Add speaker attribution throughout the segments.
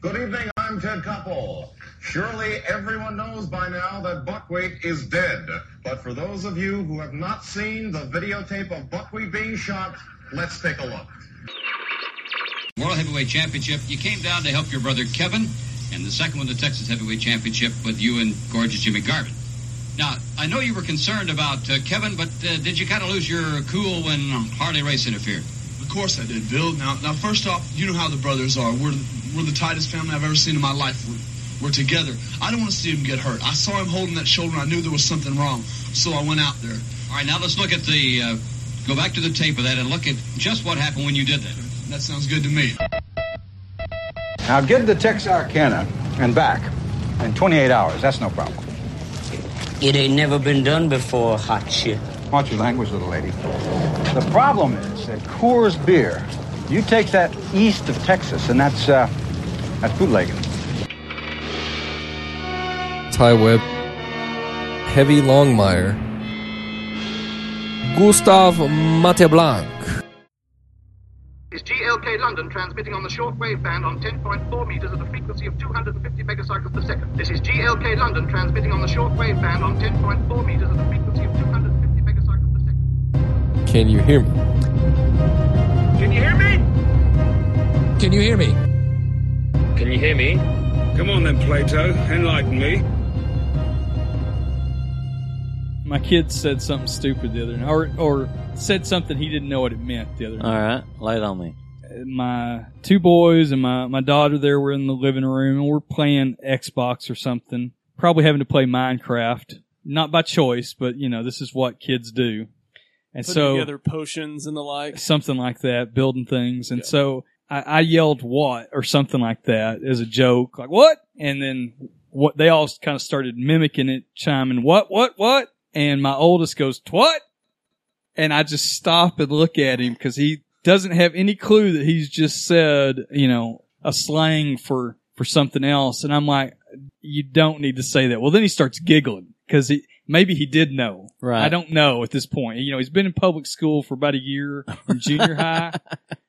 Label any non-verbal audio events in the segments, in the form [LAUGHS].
Speaker 1: Good evening, I'm Ted Koppel. Surely everyone knows by now that buckwheat is dead. But for those of you who have not seen the videotape of buckwheat being shot, let's take a look.
Speaker 2: World Heavyweight Championship. You came down to help your brother Kevin, and the second one, the Texas Heavyweight Championship, with you and gorgeous Jimmy Garvin. Now, I know you were concerned about uh, Kevin, but uh, did you kind of lose your cool when Harley Race interfered?
Speaker 3: Of course I did, Bill. Now, now, first off, you know how the brothers are. We're we're the tightest family I've ever seen in my life. We're, we're together. I don't want to see him get hurt. I saw him holding that shoulder. and I knew there was something wrong, so I went out there.
Speaker 2: All right, now let's look at the, uh, go back to the tape of that and look at just what happened when you did that.
Speaker 3: That sounds good to me.
Speaker 4: Now get the Texarkana and back in 28 hours. That's no problem.
Speaker 5: It ain't never been done before, hot shit.
Speaker 4: Watch your language, little lady. The problem is that Coors beer, you take that east of Texas, and that's uh, that's bootlegging.
Speaker 6: Ty Webb, Heavy Longmire, Gustav Mateblanc,
Speaker 7: is GLK London transmitting on the shortwave band on 10.4 meters at a frequency of 250 megacycles per second. This is GLK London transmitting on the shortwave band on 10.4 meters at a frequency of 250 megacycles per second.
Speaker 6: Can you hear me?
Speaker 7: Can you hear me?
Speaker 6: Can you hear me?
Speaker 8: Can you hear me?
Speaker 9: Come on then, Plato, enlighten me.
Speaker 10: My kid said something stupid the other night, or, or said something he didn't know what it meant the other night.
Speaker 11: All right, light on me.
Speaker 10: My two boys and my, my daughter there were in the living room, and we're playing Xbox or something. Probably having to play Minecraft. Not by choice, but, you know, this is what kids do. And
Speaker 12: Putting
Speaker 10: so
Speaker 12: together potions and the like.
Speaker 10: something like that, building things. And so I, I yelled "what" or something like that as a joke, like "what," and then what they all kind of started mimicking it, chiming "what, what, what," and my oldest goes "what," and I just stop and look at him because he doesn't have any clue that he's just said, you know, a slang for for something else, and I'm like, "You don't need to say that." Well, then he starts giggling because he. Maybe he did know.
Speaker 11: Right.
Speaker 10: I don't know at this point. You know, he's been in public school for about a year in
Speaker 11: [LAUGHS]
Speaker 10: junior high.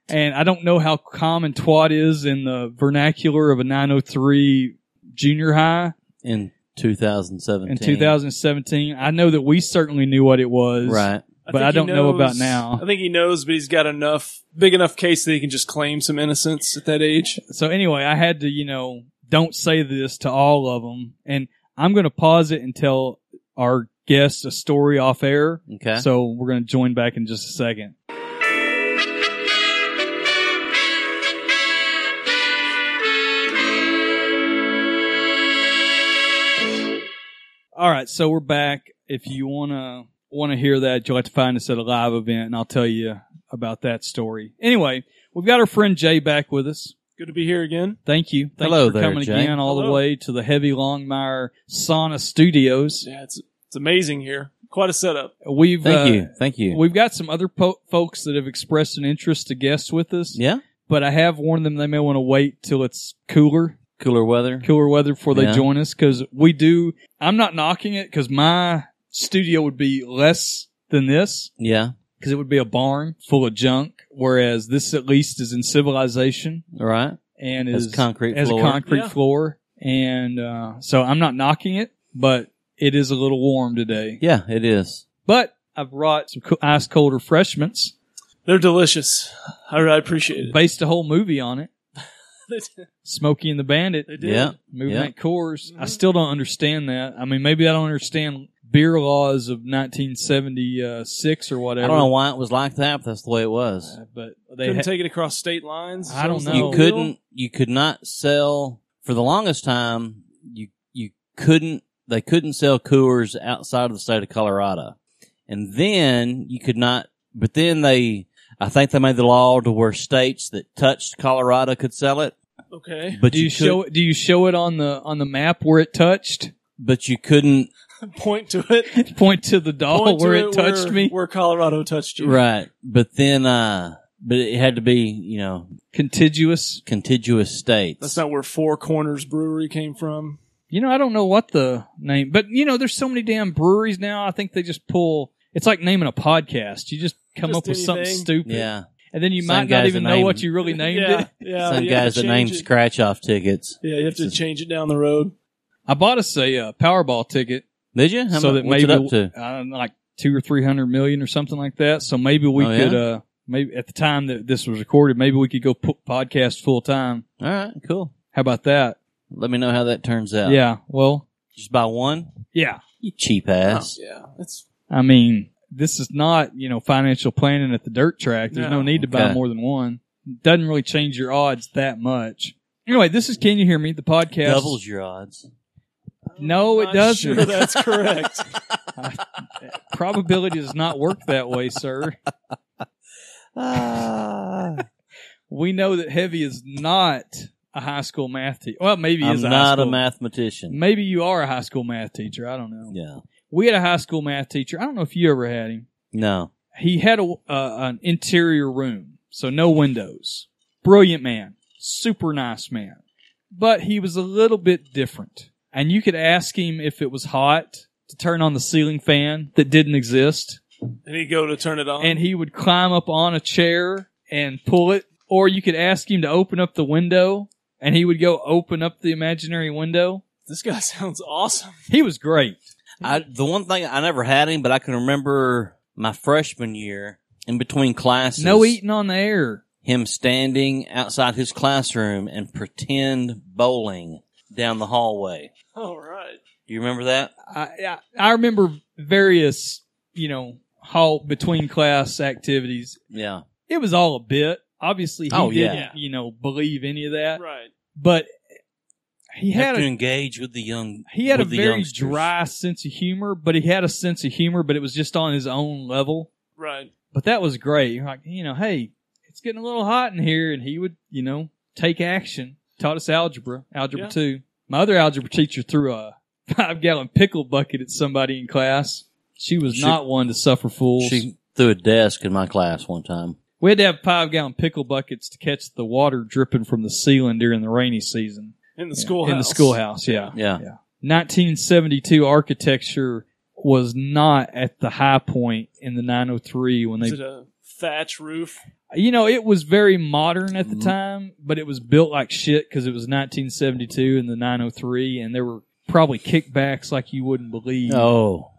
Speaker 10: And I don't know how common twat is in the vernacular of a 903 junior high
Speaker 11: In 2017.
Speaker 10: in 2017. I know that we certainly knew what it was.
Speaker 11: Right.
Speaker 10: But
Speaker 12: think
Speaker 10: I
Speaker 12: he
Speaker 10: don't know about
Speaker 12: knows-
Speaker 10: now.
Speaker 12: I think he knows, but he's got enough, big enough case that he can just claim some innocence at that age.
Speaker 10: So anyway, I had to, you know, don't say this to all of them. And I'm going to pause it and tell our guest a story off air.
Speaker 11: Okay.
Speaker 10: So we're going to join back in just a second. All right, so we're back. If you wanna wanna hear that, you'll have to find us at a live event, and I'll tell you about that story. Anyway, we've got our friend Jay back with us.
Speaker 12: Good to be here again.
Speaker 10: Thank you. Thanks
Speaker 11: Hello
Speaker 10: for
Speaker 11: there,
Speaker 10: coming
Speaker 11: Jay.
Speaker 10: again all the
Speaker 12: Hello.
Speaker 10: way to the Heavy Longmire Sauna Studios.
Speaker 12: Yeah, it's it's amazing here. Quite a setup.
Speaker 10: We've
Speaker 11: Thank
Speaker 10: uh,
Speaker 11: you. Thank you.
Speaker 10: We've got some other po- folks that have expressed an interest to guest with us,
Speaker 11: yeah?
Speaker 10: but I have warned them they may want to wait till it's cooler,
Speaker 11: Cooler weather.
Speaker 10: cooler weather before they
Speaker 11: Yeah.
Speaker 10: join us because we do. I'm not knocking it because my studio would be less than this
Speaker 11: Yeah.
Speaker 10: because it would be a barn full of junk, whereas this at least is in civilization
Speaker 11: All right.
Speaker 10: and
Speaker 11: As
Speaker 10: is
Speaker 11: concrete
Speaker 10: as
Speaker 11: floor.
Speaker 10: a concrete
Speaker 12: Yeah.
Speaker 10: floor. And uh, so I'm not knocking it, but it is a little warm today.
Speaker 11: Yeah, it is.
Speaker 10: But I brought some co- ice cold refreshments,
Speaker 12: They're delicious. I, I appreciate it.
Speaker 10: based a whole movie on it. Smokey and the Bandit,
Speaker 12: they did. Mm-hmm.
Speaker 11: Yeah.
Speaker 10: moving
Speaker 11: Yeah.
Speaker 10: that course. I still don't understand that. I mean, maybe I don't understand beer laws of 1976 or
Speaker 11: I
Speaker 10: whatever.
Speaker 11: don't know why it was like that, but that's the way it was.
Speaker 10: uh, But they
Speaker 12: [LAUGHS] Couldn't
Speaker 10: ha-
Speaker 12: take it across state lines.
Speaker 10: I don't
Speaker 12: That was the
Speaker 10: know.
Speaker 11: You
Speaker 12: deal.
Speaker 11: couldn't, you could not sell, for the longest time, you, you couldn't, they couldn't sell Coors outside of the state of Colorado. And then you could not, but then they, I think they made the law to where states that touched Colorado could sell it,
Speaker 12: Okay.
Speaker 11: but
Speaker 10: do you,
Speaker 11: you, could,
Speaker 10: show it? Do you show it on the on the map where it touched?
Speaker 11: but you couldn't,
Speaker 12: [LAUGHS] Point to
Speaker 10: [LAUGHS]
Speaker 12: it.
Speaker 10: Point to the doll
Speaker 12: Point to
Speaker 10: Oh, where it, touched
Speaker 12: where-
Speaker 10: me.
Speaker 12: Where Colorado touched you.
Speaker 11: right. But then, uh, but it had to be, you know,
Speaker 10: Contiguous.
Speaker 11: contiguous states.
Speaker 12: That's not where Four Corners Brewery came from.
Speaker 10: You know, I don't know what the name, but you know, there's so many damn breweries now. I think they just pull. It's like naming a podcast. You just come
Speaker 12: Just
Speaker 10: up with something
Speaker 12: anything.
Speaker 10: stupid.
Speaker 11: yeah.
Speaker 10: and then you
Speaker 11: Some
Speaker 10: might not
Speaker 11: guy's
Speaker 10: even
Speaker 11: a
Speaker 10: know
Speaker 11: name.
Speaker 10: what you really named
Speaker 12: Yeah,
Speaker 10: it.
Speaker 12: yeah,
Speaker 11: Some
Speaker 12: you have
Speaker 11: guys
Speaker 12: to
Speaker 11: that
Speaker 12: change
Speaker 11: named
Speaker 12: it.
Speaker 11: scratch off tickets.
Speaker 12: Yeah, you have to change it down the road.
Speaker 10: I bought us a uh, Powerball ticket.
Speaker 11: Did you? How
Speaker 10: so
Speaker 11: mu-
Speaker 10: that
Speaker 11: what's
Speaker 10: maybe
Speaker 11: it up to?
Speaker 10: I don't know, like two or three hundred million or something like that. So maybe we
Speaker 11: Oh, yeah?
Speaker 10: could. uh Maybe at the time that this was recorded, maybe we could go put podcast full time.
Speaker 11: All right, cool.
Speaker 10: How about that?
Speaker 11: Let me know how that turns out.
Speaker 10: Yeah. Well,
Speaker 11: Just buy one?
Speaker 10: Yeah.
Speaker 11: You cheap ass.
Speaker 12: yeah, that's
Speaker 10: I mean, this is not you know financial planning at the dirt track. There's no,
Speaker 12: No.
Speaker 10: need to buy
Speaker 11: Okay.
Speaker 10: more than one. Doesn't really change your odds that much. Anyway, this is Can You Hear Me? The podcast.
Speaker 11: Doubles your odds.
Speaker 10: No, Oh, it
Speaker 12: Not
Speaker 10: doesn't. [LAUGHS]
Speaker 12: sure that's correct.
Speaker 10: Probability does not work that way, sir. [LAUGHS] we know that heavy is not a high school math teacher. Well, maybe he
Speaker 11: I'm
Speaker 10: is a high
Speaker 11: not a
Speaker 10: school-
Speaker 11: mathematician.
Speaker 10: Maybe you are a high school math teacher. I don't know.
Speaker 11: Yeah.
Speaker 10: We had a high school math teacher. I don't know if you ever had him.
Speaker 11: No.
Speaker 10: He had a, uh, an interior room, so no windows. Brilliant man, super nice man, but he was a little bit different. And you could ask him if it was hot to turn on the ceiling fan that didn't exist
Speaker 12: And he go to turn it on.
Speaker 10: and he would climb up on a chair and pull it. Or you could ask him to open up the window, and he would go open up the imaginary window.
Speaker 12: this guy [LAUGHS] sounds awesome.
Speaker 10: He was great.
Speaker 11: I the one thing I never had him, but I can remember my freshman year in between classes.
Speaker 10: No eating on the air.
Speaker 11: him standing outside his classroom and pretend bowling down the hallway.
Speaker 12: All right.
Speaker 11: Do you remember that?
Speaker 10: I I, I remember various you know halt between class activities.
Speaker 11: Yeah.
Speaker 10: It was all a bit. Obviously, he
Speaker 11: Oh, yeah.
Speaker 10: didn't you know believe any of that,
Speaker 12: Right.
Speaker 10: but he
Speaker 11: Have
Speaker 10: had
Speaker 11: to
Speaker 10: a
Speaker 11: engage with the young.
Speaker 10: he had a
Speaker 11: with the
Speaker 10: very
Speaker 11: youngsters.
Speaker 10: dry sense of humor, but he had a sense of humor, but it was just on his own level.
Speaker 12: Right.
Speaker 10: but that was great. You're Like, you know, hey, it's getting a little hot in here, and he would, you know, take action. Taught us algebra, algebra
Speaker 12: Yeah.
Speaker 10: two. My other algebra teacher threw a [LAUGHS] five gallon pickle bucket at somebody in class. She was
Speaker 11: She-
Speaker 10: not one to suffer fools.
Speaker 11: She threw a desk in my class one time.
Speaker 10: we had to have five gallon pickle buckets to catch the water dripping from the ceiling during the rainy season
Speaker 12: In the schoolhouse.
Speaker 10: in the schoolhouse. Yeah.
Speaker 11: Yeah.
Speaker 10: 1972 architecture was not at the high point in the 903 when they
Speaker 12: Is it a thatch roof?
Speaker 10: You know, it was very modern at the
Speaker 11: Mm-hmm.
Speaker 10: time, but it was built like shit because it was 1972 and the 903, and there were probably kickbacks like you wouldn't believe.
Speaker 11: Oh,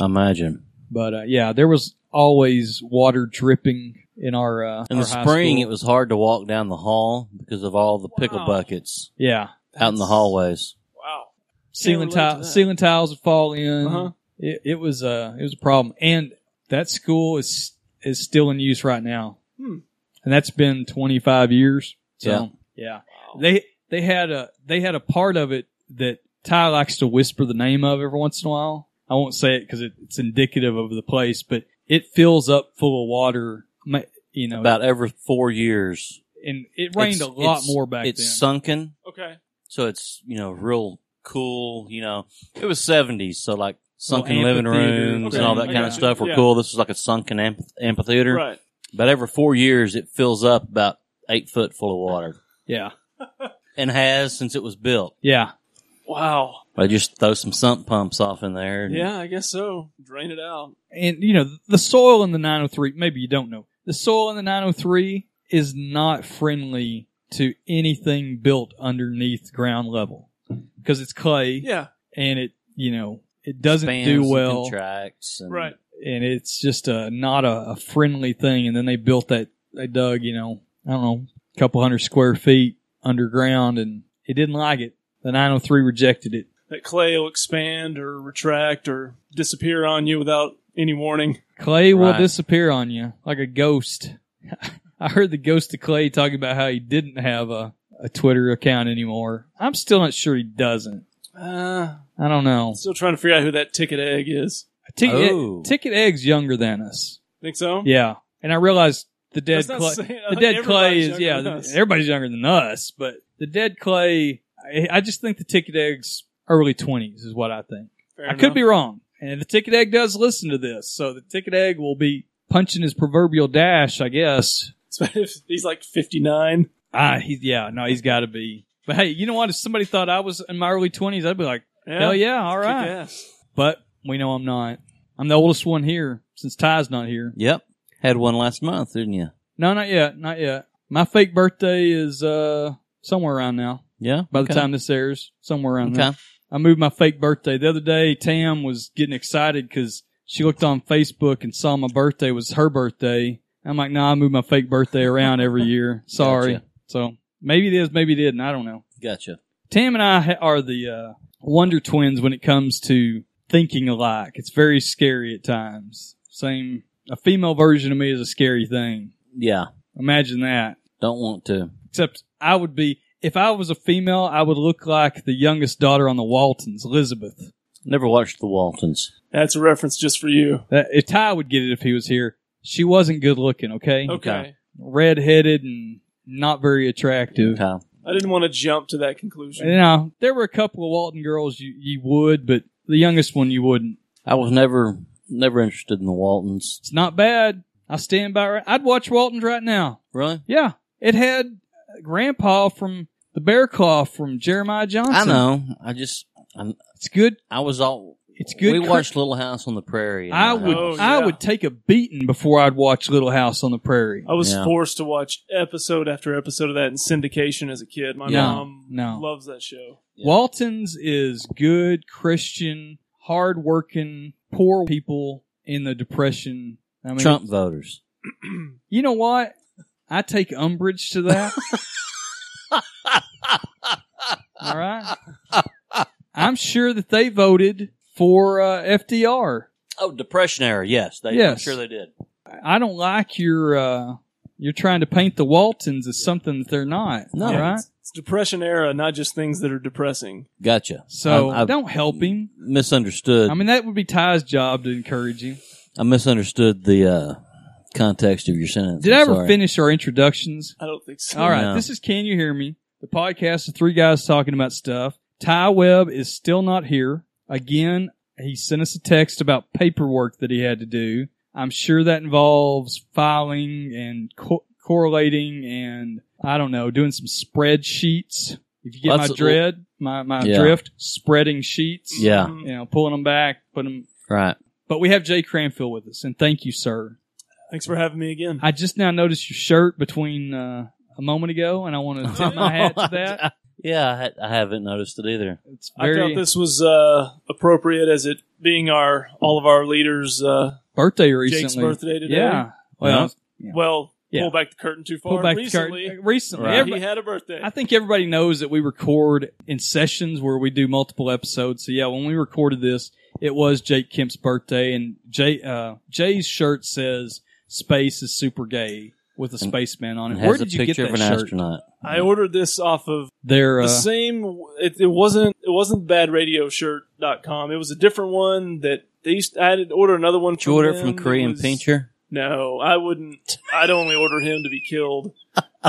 Speaker 11: imagine.
Speaker 10: But uh, yeah, there was always water dripping in our uh,
Speaker 11: In
Speaker 10: our
Speaker 11: the
Speaker 10: high
Speaker 11: spring,
Speaker 10: school.
Speaker 11: it was hard to walk down the hall because of all the pickle
Speaker 12: Wow.
Speaker 11: buckets
Speaker 10: yeah
Speaker 11: out in the hallways.
Speaker 12: Wow.
Speaker 10: ceiling
Speaker 12: relate to
Speaker 10: tile
Speaker 12: that.
Speaker 10: ceiling tiles would fall in.
Speaker 12: Uh-huh.
Speaker 10: It, it was uh it was a problem, and that school is is still in use right now,
Speaker 12: Hmm.
Speaker 10: and that's been 25 years. So
Speaker 11: Yeah.
Speaker 10: yeah. They they had a they had a part of it that Ty likes to whisper the name of every once in a while. I won't say it because it, it's indicative of the place, but it fills up full of water. ma- You know,
Speaker 11: About every four years,
Speaker 10: and it rained
Speaker 11: It's-
Speaker 10: a lot
Speaker 11: it's-
Speaker 10: more back
Speaker 11: it's
Speaker 10: then.
Speaker 11: sunken,
Speaker 12: Okay.
Speaker 11: so it's you know real cool. You know, it was seventies, so like sunken living
Speaker 10: amphitheater
Speaker 11: rooms
Speaker 12: thing.
Speaker 11: and all that kind
Speaker 12: Yeah.
Speaker 11: of stuff were
Speaker 12: Yeah.
Speaker 11: cool. This was like a sunken amph- amphitheater.
Speaker 12: Right.
Speaker 11: But every four years, it fills up about eight foot full of water,
Speaker 10: yeah,
Speaker 11: and has since it was built.
Speaker 10: yeah.
Speaker 12: Wow.
Speaker 11: I just throw some sump pumps off in there. and-
Speaker 12: Yeah, I guess so. Drain it out.
Speaker 10: and you know the soil in the 903 maybe you don't know the soil in the 903 is not friendly to anything built underneath ground level because it's clay
Speaker 12: Yeah.
Speaker 10: and it you know it doesn't
Speaker 11: expands
Speaker 10: do
Speaker 11: and
Speaker 10: well
Speaker 11: contracts and-
Speaker 12: Right.
Speaker 10: and it's just a not a, a friendly thing and then they built that they dug you know i don't know a couple hundred square feet underground and it didn't like it the 903 rejected it
Speaker 12: That clay will expand or retract or disappear on you without any warning.
Speaker 10: Clay will
Speaker 11: Right.
Speaker 10: disappear on you like a ghost. [LAUGHS] I heard the ghost of Clay talking about how he didn't have a, a Twitter account anymore. I'm still not sure he doesn't.
Speaker 12: Uh,
Speaker 10: I don't know.
Speaker 12: still trying to figure out who that ticket egg is.
Speaker 10: Ticket,
Speaker 11: Oh.
Speaker 10: Ticket Egg's younger than us.
Speaker 12: Think so?
Speaker 10: Yeah, and I realized the dead
Speaker 12: That's not
Speaker 10: Clay.
Speaker 12: saying-
Speaker 10: The dead Clay is
Speaker 12: everybody's younger
Speaker 10: yeah.
Speaker 12: than us.
Speaker 10: Everybody's younger than us, but the dead Clay. I, I just think the Ticket Egg's early 20s is what I think.
Speaker 12: Fair
Speaker 10: I could
Speaker 12: enough.
Speaker 10: be wrong. And the ticket egg does listen to this, so the ticket egg will be punching his proverbial dash, I guess.
Speaker 12: So [LAUGHS] if he's like 59.
Speaker 10: Ah, he's yeah, no, he's got to be. But hey, you know what? If somebody thought I was in my early twenties, I'd be like, hell Oh, yeah, all right.
Speaker 12: Yes.
Speaker 10: But we know I'm not. I'm the oldest one here since Ty's not here.
Speaker 11: Yep. Had one last month, didn't you?
Speaker 10: No, not yet. Not yet. My fake birthday is uh somewhere around now.
Speaker 11: Yeah.
Speaker 10: By the
Speaker 11: okay.
Speaker 10: time this airs, somewhere around
Speaker 11: Okay.
Speaker 10: there. I moved my fake birthday the other day. Tam was getting excited because she looked on Facebook and saw my birthday was her birthday. I'm like, no, nah, I move my fake birthday around every year.
Speaker 11: [LAUGHS]
Speaker 10: Sorry.
Speaker 11: Gotcha.
Speaker 10: So maybe it is, maybe it didn't. I don't know.
Speaker 11: Gotcha.
Speaker 10: Tam and I ha- are the uh, wonder twins when it comes to thinking alike. It's very scary at times. Same, a female version of me is a scary thing.
Speaker 11: Yeah.
Speaker 10: Imagine that.
Speaker 11: Don't want to.
Speaker 10: Except I would be, if I was a female, I would look like the youngest daughter on the Waltons, Elizabeth.
Speaker 11: Never watched the Waltons.
Speaker 10: That's a reference just for you. if Ty would get it if he was here. She wasn't good looking, okay?
Speaker 12: Okay.
Speaker 10: Red headed and not very attractive.
Speaker 12: I didn't want to jump to that conclusion.
Speaker 10: You know, there were a couple of Walton girls you, you would, but the youngest one you wouldn't.
Speaker 11: I was never never interested in the Waltons.
Speaker 10: It's not bad. I stand by. Right. I'd watch Waltons right now.
Speaker 11: Really?
Speaker 10: Yeah. It had Grandpa from the Bear Claw from Jeremiah Johnson.
Speaker 11: I know. I just I'm,
Speaker 10: it's good.
Speaker 11: I was all it's
Speaker 10: good
Speaker 11: We
Speaker 10: cr-
Speaker 11: watched Little House on the Prairie.
Speaker 10: I would. I would take a beating before I'd watch Little House on the Prairie.
Speaker 12: I was forced to watch episode after episode of that in syndication as a kid. My
Speaker 10: Yeah.
Speaker 12: mom
Speaker 10: No.
Speaker 12: loves that show.
Speaker 10: Waltons is good Christian, hardworking, poor people in the Depression. I mean,
Speaker 11: Trump voters.
Speaker 10: You know what? I take umbrage
Speaker 11: [LAUGHS]
Speaker 10: to that. All right. I'm sure that they voted for uh, FDR.
Speaker 11: Oh, Depression era. Yes, they. I'm
Speaker 10: Yes.
Speaker 11: sure they did.
Speaker 10: I don't like your uh, you're trying to paint the Waltons as something that they're not. All
Speaker 12: Yeah,
Speaker 10: right.
Speaker 12: It's, it's depression era, not just things that are depressing.
Speaker 11: Gotcha.
Speaker 10: So
Speaker 11: I, I
Speaker 10: don't help him.
Speaker 11: misunderstood.
Speaker 10: I mean, that would be Ty's job to encourage him.
Speaker 11: I misunderstood the uh, context of your sentence.
Speaker 10: Did
Speaker 11: I'm
Speaker 10: I ever
Speaker 11: sorry.
Speaker 10: finish our introductions?
Speaker 12: I don't think so.
Speaker 10: All right.
Speaker 11: No.
Speaker 10: This is Can You Hear Me? The podcast of three guys talking about stuff. Ty Webb is still not here. Again, he sent us a text about paperwork that he had to do. I'm sure that involves filing and co- correlating and I don't know, doing some spreadsheets. If you get
Speaker 11: Lots
Speaker 10: my
Speaker 11: of-
Speaker 10: dread, my, my
Speaker 11: Yeah.
Speaker 10: drift, spreading sheets.
Speaker 11: Yeah.
Speaker 10: You know, pulling them back, putting them.
Speaker 11: Right.
Speaker 10: But we have Jay Cranfield with us and thank you, sir.
Speaker 12: Thanks for having me again.
Speaker 10: I just now noticed your shirt between uh, a moment ago, and I want to tip my
Speaker 12: [LAUGHS]
Speaker 10: hat to that.
Speaker 11: Yeah, I, had- I haven't noticed it either.
Speaker 10: It's
Speaker 12: Oh, I felt this was uh, appropriate as it being our all of our leaders' uh,
Speaker 10: birthday recently.
Speaker 12: Jake's birthday today.
Speaker 10: Yeah.
Speaker 12: Well,
Speaker 10: Well,
Speaker 12: well,
Speaker 10: Yeah.
Speaker 12: pull back the curtain too far.
Speaker 10: Pull back the curtain.
Speaker 12: recently,
Speaker 10: Recently.
Speaker 12: he
Speaker 10: Everybody-
Speaker 12: had a birthday.
Speaker 10: I think everybody knows that we record in sessions where we do multiple episodes. So yeah, when we recorded this, it was Jake Kemp's birthday, and Jay uh, Jay's shirt says "Space is super gay" with a
Speaker 11: And-
Speaker 10: spaceman on it.
Speaker 11: and
Speaker 10: Where
Speaker 11: has a
Speaker 10: did you get
Speaker 11: picture of
Speaker 10: that
Speaker 11: an
Speaker 10: shirt?
Speaker 11: astronaut.
Speaker 12: I ordered this off of
Speaker 10: Their, uh,
Speaker 12: the same it, it wasn't it wasn't badradioshirt.com. It was a different one that they used I had to order another one
Speaker 11: Did you order it from
Speaker 12: them that
Speaker 11: Korean
Speaker 12: was-
Speaker 11: Painter?
Speaker 12: No, I wouldn't I'd only order him to be killed.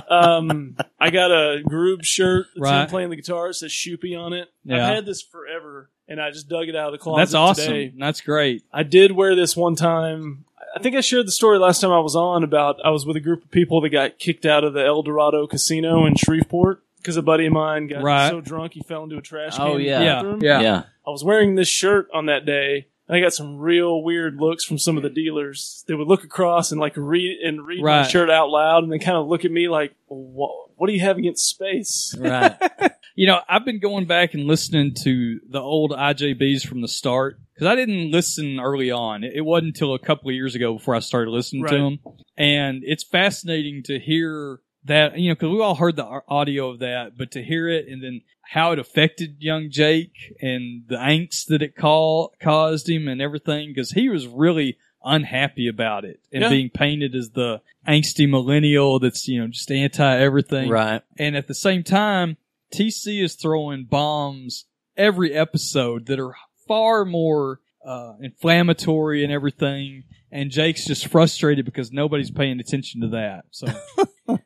Speaker 12: Um I got a Groob shirt that's him
Speaker 10: Right.
Speaker 12: playing the guitar, it says Shoopy on it.
Speaker 10: Yeah.
Speaker 12: I've had this forever and I just dug it out of the closet
Speaker 10: That's awesome.
Speaker 12: today.
Speaker 10: That's great.
Speaker 12: I did wear this one time. I think I shared the story last time I was on about I was with a group of people that got kicked out of the El Dorado Casino in Shreveport because a buddy of mine got
Speaker 10: Right.
Speaker 12: so drunk he fell into a trash can.
Speaker 11: Oh,
Speaker 12: in the
Speaker 11: yeah.
Speaker 12: bathroom.
Speaker 11: Yeah. Yeah.
Speaker 12: I was wearing this shirt on that day. And I got some real weird looks from some of the dealers. They would look across and like read and read my
Speaker 10: Right.
Speaker 12: shirt out loud, and they kind of look at me like, "Wha- "What do you have against space?"
Speaker 11: Right.
Speaker 10: You know, I've been going back and listening to the old IJBs from the start because I didn't listen early on. It it wasn't until a couple of years ago before I started listening to
Speaker 12: Right.
Speaker 10: them. And it's fascinating to hear that, you know, because we all heard the au- audio of that, but to hear it and then how it affected young Jake and the angst that it call, caused him and everything because he was really unhappy about it and
Speaker 12: Yeah.
Speaker 10: being painted as the angsty millennial that's, you know, just anti everything.
Speaker 11: Right.
Speaker 10: And at the same time, TC is throwing bombs every episode that are far more uh, inflammatory and everything. And Jake's just frustrated because nobody's paying attention to that.
Speaker 12: [LAUGHS]
Speaker 10: So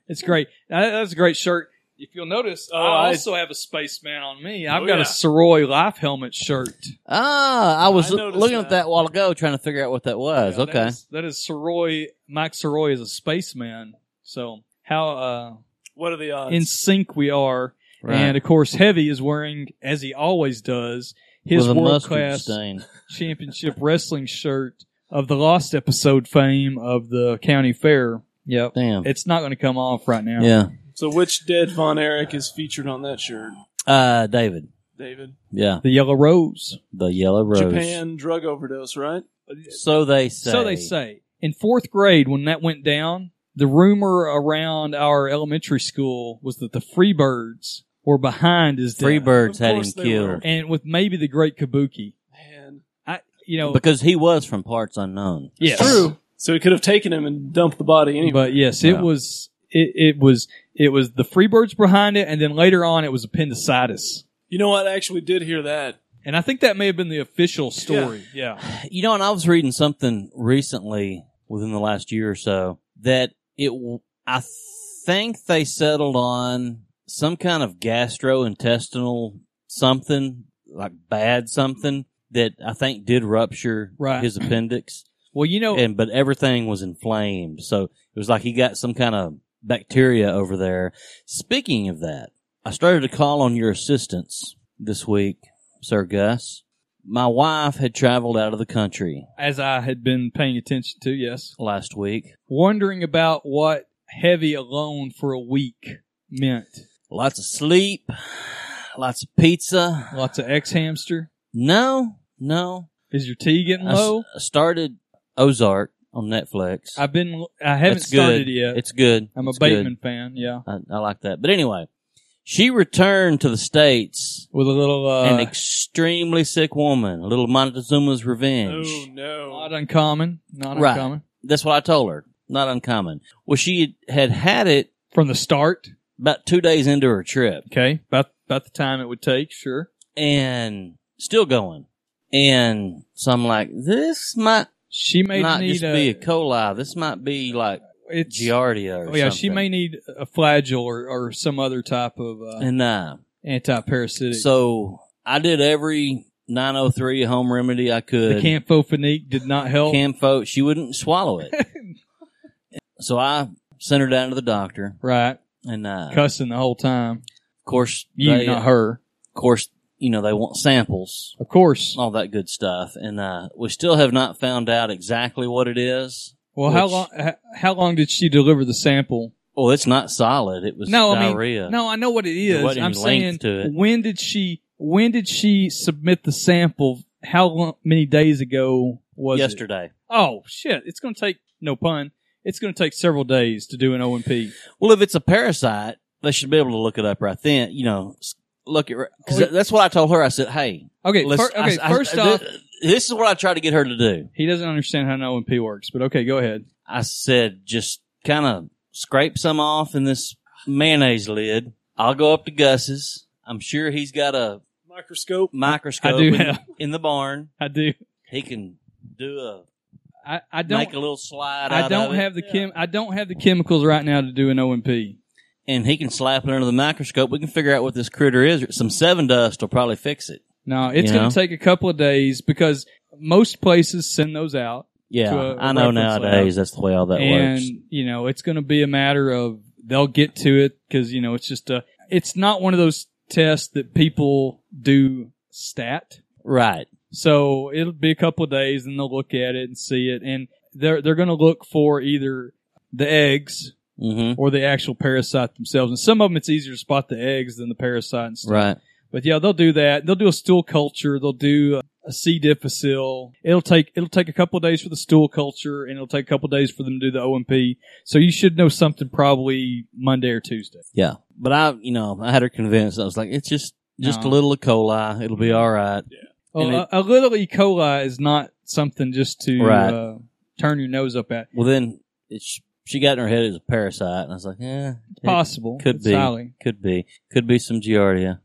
Speaker 10: it's great. That- That's a great shirt. If you'll notice, uh, I
Speaker 12: Oh, I-
Speaker 10: also have a spaceman on me. I've
Speaker 12: Oh,
Speaker 10: got
Speaker 12: yeah.
Speaker 10: a Soroy life helmet shirt.
Speaker 11: Ah, I was
Speaker 10: I noticed
Speaker 11: looking
Speaker 10: that.
Speaker 11: at that a while ago, trying to figure out what that was.
Speaker 10: Yeah,
Speaker 11: okay.
Speaker 10: That is, that is Soroy. Mike Soroy is a spaceman. So how uh,
Speaker 12: What are the odds?
Speaker 10: in sync we are.
Speaker 11: Right.
Speaker 10: And of course, Heavy is wearing, as he always does, his
Speaker 11: With a
Speaker 10: world
Speaker 11: mustard
Speaker 10: class
Speaker 11: stain. [LAUGHS]
Speaker 10: championship wrestling shirt of the Lost episode fame of the county fair. Yep.
Speaker 11: Damn.
Speaker 10: It's not going to come off right now.
Speaker 11: Yeah.
Speaker 12: So which dead Von Erich is featured on that shirt?
Speaker 11: Uh, David.
Speaker 12: David.
Speaker 11: Yeah.
Speaker 10: The yellow rose.
Speaker 11: The yellow rose.
Speaker 12: Japan drug overdose, right?
Speaker 11: So they say.
Speaker 10: So they say. In fourth grade, when that went down, the rumor around our elementary school was that the Freebirds were behind his death.
Speaker 11: Freebirds had him killed.
Speaker 10: And with maybe the great Kabuki. Man. I, you know,
Speaker 11: Because he was from parts unknown.
Speaker 10: Yes.
Speaker 12: True. So he could have taken him and dumped the body anyway.
Speaker 10: But yes, it
Speaker 11: Yeah.
Speaker 10: was it, it was it was the Freebirds behind it, and then later on it was appendicitis.
Speaker 12: You know what? I actually did hear that.
Speaker 10: And I think that may have been the official story. Yeah.
Speaker 11: You know, and I was reading something recently within the last year or so that it, w- I think they settled on some kind of gastrointestinal something, like bad something that I think did rupture
Speaker 10: Right. Oh.
Speaker 11: his appendix.
Speaker 10: Well, you know,
Speaker 11: and but everything was inflamed, so it was like he got some kind of bacteria over there. Speaking of that, I started to call on your assistance this week, Sir Gus. My wife had traveled out of the country
Speaker 10: As I had been paying attention to, yes.
Speaker 11: last week.
Speaker 10: Wondering about what heavy alone for a week meant.
Speaker 11: Lots of sleep, lots of pizza,
Speaker 10: lots of ex hamster.
Speaker 11: No, no.
Speaker 10: Is your tea getting
Speaker 11: I s-
Speaker 10: low?
Speaker 11: I started Ozark on Netflix.
Speaker 10: I've been I haven't
Speaker 11: It's good.
Speaker 10: started yet.
Speaker 11: It's good.
Speaker 10: I'm
Speaker 11: It's
Speaker 10: a
Speaker 11: good. Uh,
Speaker 10: Bateman fan, yeah.
Speaker 11: I, I like that. But anyway, she returned to the states
Speaker 10: with a little uh,
Speaker 11: an extremely sick woman, a little Montezuma's revenge.
Speaker 12: no.
Speaker 10: Not uncommon. Not
Speaker 11: right.
Speaker 10: uncommon.
Speaker 11: That's what I told her. Not uncommon. Well, she had had it
Speaker 10: from the start,
Speaker 11: about two days into her trip.
Speaker 10: Okay, about about the time it would take, sure.
Speaker 11: and still going. And so I'm like, this might
Speaker 10: she may
Speaker 11: not
Speaker 10: need
Speaker 11: just
Speaker 10: a-
Speaker 11: be E. coli. This might be like
Speaker 10: it's,
Speaker 11: Giardia or
Speaker 10: Oh yeah,
Speaker 11: something.
Speaker 10: she may need a flagyl or, or some other type of uh,
Speaker 11: and uh,
Speaker 10: anti-parasitic.
Speaker 11: So I did every 903 home remedy I could.
Speaker 10: the camphofenique did not help.
Speaker 11: Camfo, she wouldn't swallow
Speaker 10: [LAUGHS]
Speaker 11: it. so I sent her down to the doctor.
Speaker 10: Right.
Speaker 11: And uh,
Speaker 10: Cussing the whole time.
Speaker 11: Of course,
Speaker 10: You,
Speaker 11: they-
Speaker 10: not her.
Speaker 11: Of course, you know they want samples,
Speaker 10: of course,
Speaker 11: all that good stuff, and uh, we still have not found out exactly what it is.
Speaker 10: Well, how
Speaker 11: which-
Speaker 10: long h- how long did she deliver the sample?
Speaker 11: Well, it's not solid. It was
Speaker 10: no,
Speaker 11: diarrhea.
Speaker 10: I mean, no, I know what it
Speaker 11: There
Speaker 10: is.
Speaker 11: wasn't
Speaker 10: I'm
Speaker 11: any length
Speaker 10: saying,
Speaker 11: to it.
Speaker 10: when did she when did she submit the sample? How long, many days ago was it?
Speaker 11: yesterday.
Speaker 10: Oh shit! It's going to take no pun. It's going to take several days to do an OMP.
Speaker 11: Well, if it's a parasite, they should be able to look it up right then. You know, s- look at because that's what I told her. I said, "Hey,
Speaker 10: Okay,
Speaker 11: let's-
Speaker 10: fir- okay, first
Speaker 11: thi-
Speaker 10: off-
Speaker 11: this is what I try to get her to do."
Speaker 10: He doesn't understand how an OMP works, but okay, go ahead.
Speaker 11: I said, "Just kind of scrape some off in this mayonnaise lid." I'll go up to Gus's. I'm sure he's got a
Speaker 12: microscope.
Speaker 11: Microscope.
Speaker 10: I do
Speaker 11: in,
Speaker 10: have-
Speaker 11: in the barn.
Speaker 10: I do.
Speaker 11: He can do a.
Speaker 10: I, I don't
Speaker 11: make a little slide.
Speaker 10: I
Speaker 11: out
Speaker 10: don't
Speaker 11: of it.
Speaker 10: have the chem. I don't have the chemicals right now to do an OMP.
Speaker 11: and he can slap it under the microscope. We can figure out what this critter is. Some seven dust will probably fix it.
Speaker 10: No, it's
Speaker 11: You
Speaker 10: going
Speaker 11: know?
Speaker 10: to take a couple of days because most places send those out.
Speaker 11: Yeah,
Speaker 10: to a- a
Speaker 11: I know
Speaker 10: reference lab.
Speaker 11: nowadays that's the way all that
Speaker 10: and,
Speaker 11: works.
Speaker 10: you know, it's going to be a matter of they'll get to it because you know it's just a. It's not one of those tests that people do stat.
Speaker 11: Right.
Speaker 10: So it'll be a couple of days, and they'll look at it and see it, and they're they're going to look for either the eggs or the actual parasite themselves. And some of them, it's easier to spot the eggs than the parasite and stuff.
Speaker 11: Right.
Speaker 10: But yeah, they'll do that. They'll do a stool culture. They'll do a C. difficile. It'll take it'll take a couple of days for the stool culture, and it'll take a couple of days for them to do the OMP. So you should know something probably Monday or Tuesday.
Speaker 11: Yeah, but I, you know, I had her convinced. I was like, it's just just
Speaker 10: No.
Speaker 11: a little E. coli. It'll be all right.
Speaker 10: Well,
Speaker 11: And it-
Speaker 10: a, a little E. coli is not something just to
Speaker 11: Right.
Speaker 10: uh, turn your nose up at.
Speaker 11: well, then it, sh- she got in her head it was a parasite, and I was like, yeah,
Speaker 10: possible.
Speaker 11: Could
Speaker 10: It's
Speaker 11: be.
Speaker 10: highly.
Speaker 11: Could be. Could be some giardia.